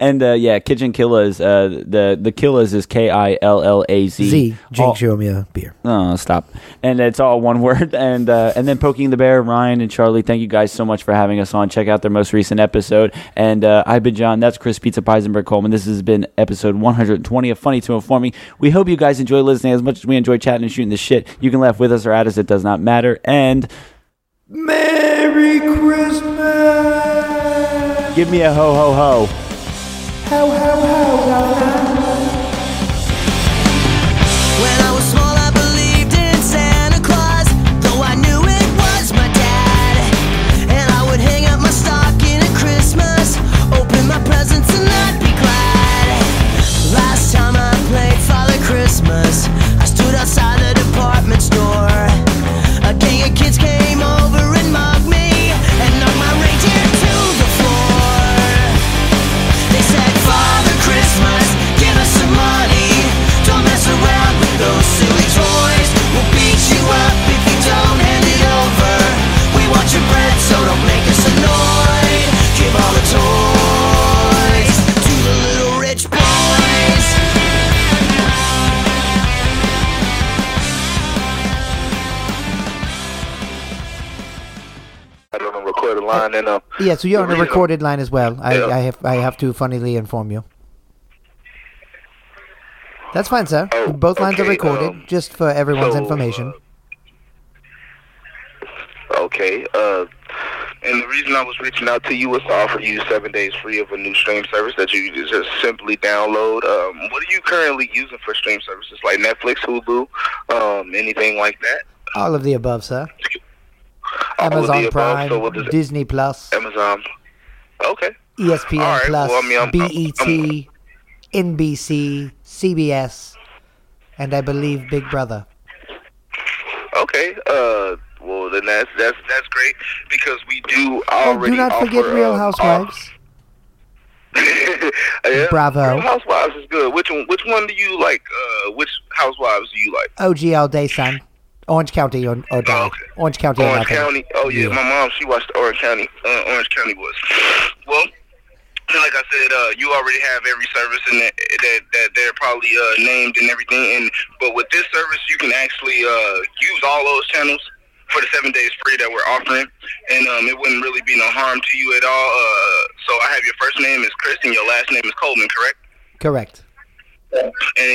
and uh, yeah, Kitchen Killers. Uh, the the Killers is K I L L A Z. Z, All- Jake, show me a beer. Oh, stop. And it's all one word. And uh, and then Poking the Bear, Ryan and Charlie, thank you guys so much for having us on. Check out their most recent episode. And uh, I've been John. That's Chris Pizza Peisenberg Coleman. This has been episode 120 of Funny to Informing. We hope you guys enjoy listening as much as we enjoy chatting and shooting the shit. You can laugh with us or at us. It does not matter. And Merry Christmas. give me a ho, ho, ho. When I was small, I believed in Santa Claus, though I knew it was my dad. And I would hang up my stocking at Christmas, open my presents, and I'd be glad. Last time I played Father Christmas, I stood outside the department store. A gang of kids came over and mugged me, and knocked my reindeer to the floor. They said, Father Christmas, give us some money. Don't mess around with those silly toys. We'll beat you up if you don't hand it over. We want your bread, so don't make us annoyed. Give all the toys to the little rich boys. I don't know, record a line and um. Yeah, so you're on a Yeah. recorded line as well. I, Yeah. I have I have to funnily inform you. That's fine, sir. Oh, Both lines are okay, recorded, um, just for everyone's so, information. Okay. Uh, and the reason I was reaching out to you was to offer you seven days free of a new stream service that you can just simply download. Um, what are you currently using for stream services like Netflix, Hulu, um, anything like that? All of the above, sir. uh, All of the Amazon above, Prime, so what does it- Disney Plus, Amazon. Okay. ESPN all right, Plus, E well, I mean, I'm- BET, I'm- NBC, CBS, and I believe Big Brother. Okay. Uh, well, then that's that's that's great because we do Oh, already do not offer, forget Real um, uh, Housewives. yeah, Bravo. Real Housewives is good. Which one? Which one do you like? Uh, which Housewives do you like? OGL Day Sun. Orange County or, or Oh, die. Orange County or Orange nothing. County. Oh yeah, my mom she watched the Orange County. Uh, Orange County Boys. Well, and like I said, uh, you already have every service and that, that that they're probably uh, named and everything. And but with this service, you can actually uh, use all those channels for the seven days free that we're offering, and um, it wouldn't really be no harm to you at all. Uh, so I have your first name is Chris and your last name is Coleman, correct? Correct. And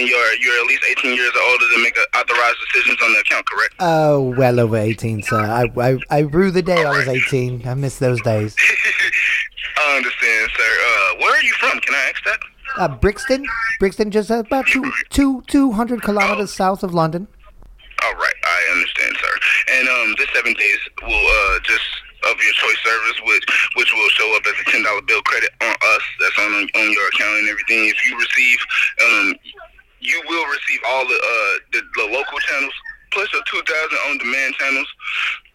you're you're at least 18 years or older to make uh, authorized decisions on the account, correct? Oh, well over 18, sir. I, I, I rue the day I was 18. I miss those days. I understand, sir. Uh, where are you from? Can I ask that? Uh, Brixton? Brixton, just about two, two, 200 kilometers south of London. All right, I understand, sir. And um, this seven days will uh, just of your choice service, which which will show up as a ten dollar bill credit on us. That's on on your account and everything. If you receive, um, you will receive all the uh the, the local channels plus your two thousand on demand channels.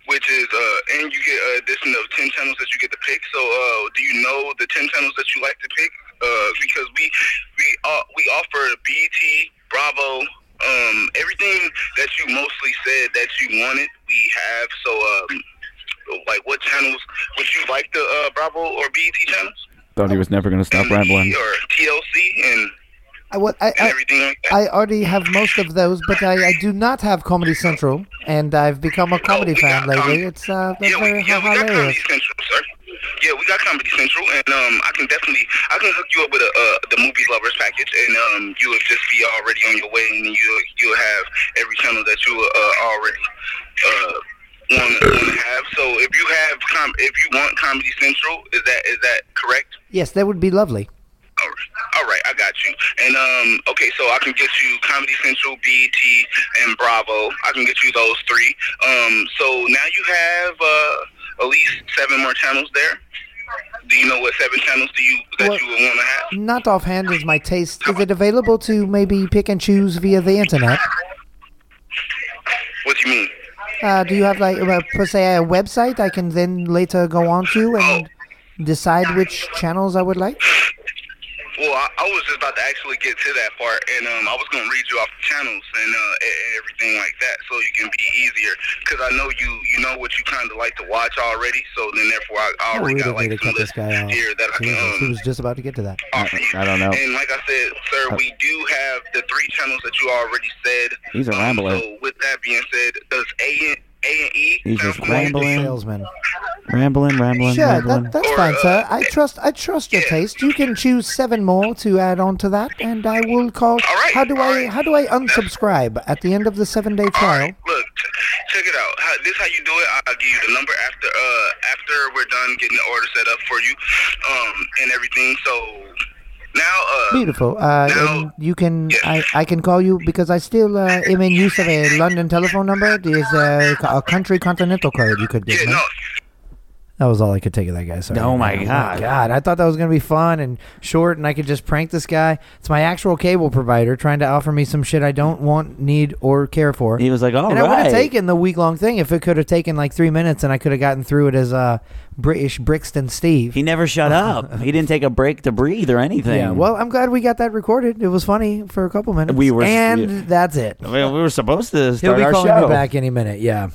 Which is uh, and you get an addition of ten channels that you get to pick. So, uh, do you know the ten channels that you like to pick? Uh, because we we uh, we offer BT, Bravo, um, everything that you mostly said that you wanted, we have. So, um, like, what channels would you like the uh, Bravo or BET channels Thought he was never going to stop rambling. or TLC and I, well, I, I, I already have most of those, but I, I do not have Comedy Central, and I've become a comedy fan lately. It's uh, that's very hilarious. Central, sir? Yeah, we got Comedy Central, and um, I can definitely I can hook you up with a, uh, the movie lovers package, and um, you will just be already on your way, and you you'll have every channel that you uh, already uh, want to have. So, if you have com- if you want Comedy Central, is that is that correct? Yes, that would be lovely. All right. All right, I got you. And um, okay, so I can get you Comedy Central, BET, and Bravo. I can get you those three. Um, so now you have uh, at least seven more channels there. Do you know what seven channels do you that What- you would want to have? Not offhand is my taste. Is it available to maybe pick and choose via the internet? What do you mean? Uh, do you have like uh, per se a website I can then later go on to and decide which channels I would like? Well, I, I was just about to actually get to that part, and um, I was gonna read you off the channels and uh, e- e- everything like that, so you can be easier. Because I know you, you know what you kind of like to watch already. So then, therefore, I, Oh, I we already got don't need to like some cut this lists guy off. here that I can Jesus, he um, was just about to get to that. I don't know. Uh, And like I said, sir, we do have the three channels that you already said. Um, He's a rambler. So with that being said, does A and A and E? He's just sound familiar to rambling, you? salesman. rambling, rambling, Sure, rambling. that, that's fine, sir. I trust I trust your taste. You can choose seven more to add on to that, and I will call. how do I how do I unsubscribe at the end of the seven day trial? Look, ch- check it out. How, this how you do it. I'll give you the number after uh after we're done getting the order set up for you, um and everything. So now uh Beautiful. Uh, and you can I, I can call you because I still uh, am in use of a London telephone number. There's a, a country continental code you could give me. That was all I could take of that guy. Sorry. Oh, my God. God, I thought that was gonna be fun and short, and I could just prank this guy. It's my actual cable provider trying to offer me some shit I don't want, need, or care for. He was like, "All and I would right." have taken the week long thing if it could have taken like three minutes, and I could have gotten through it as uh, British Brixton Steve. He never shut up. He didn't take a break to breathe or anything. Yeah. Well, I'm glad we got that recorded. It was funny for a couple minutes. We were- and yeah. that's it. I mean, we were supposed to He'll start be our calling show. me back any minute. Yeah.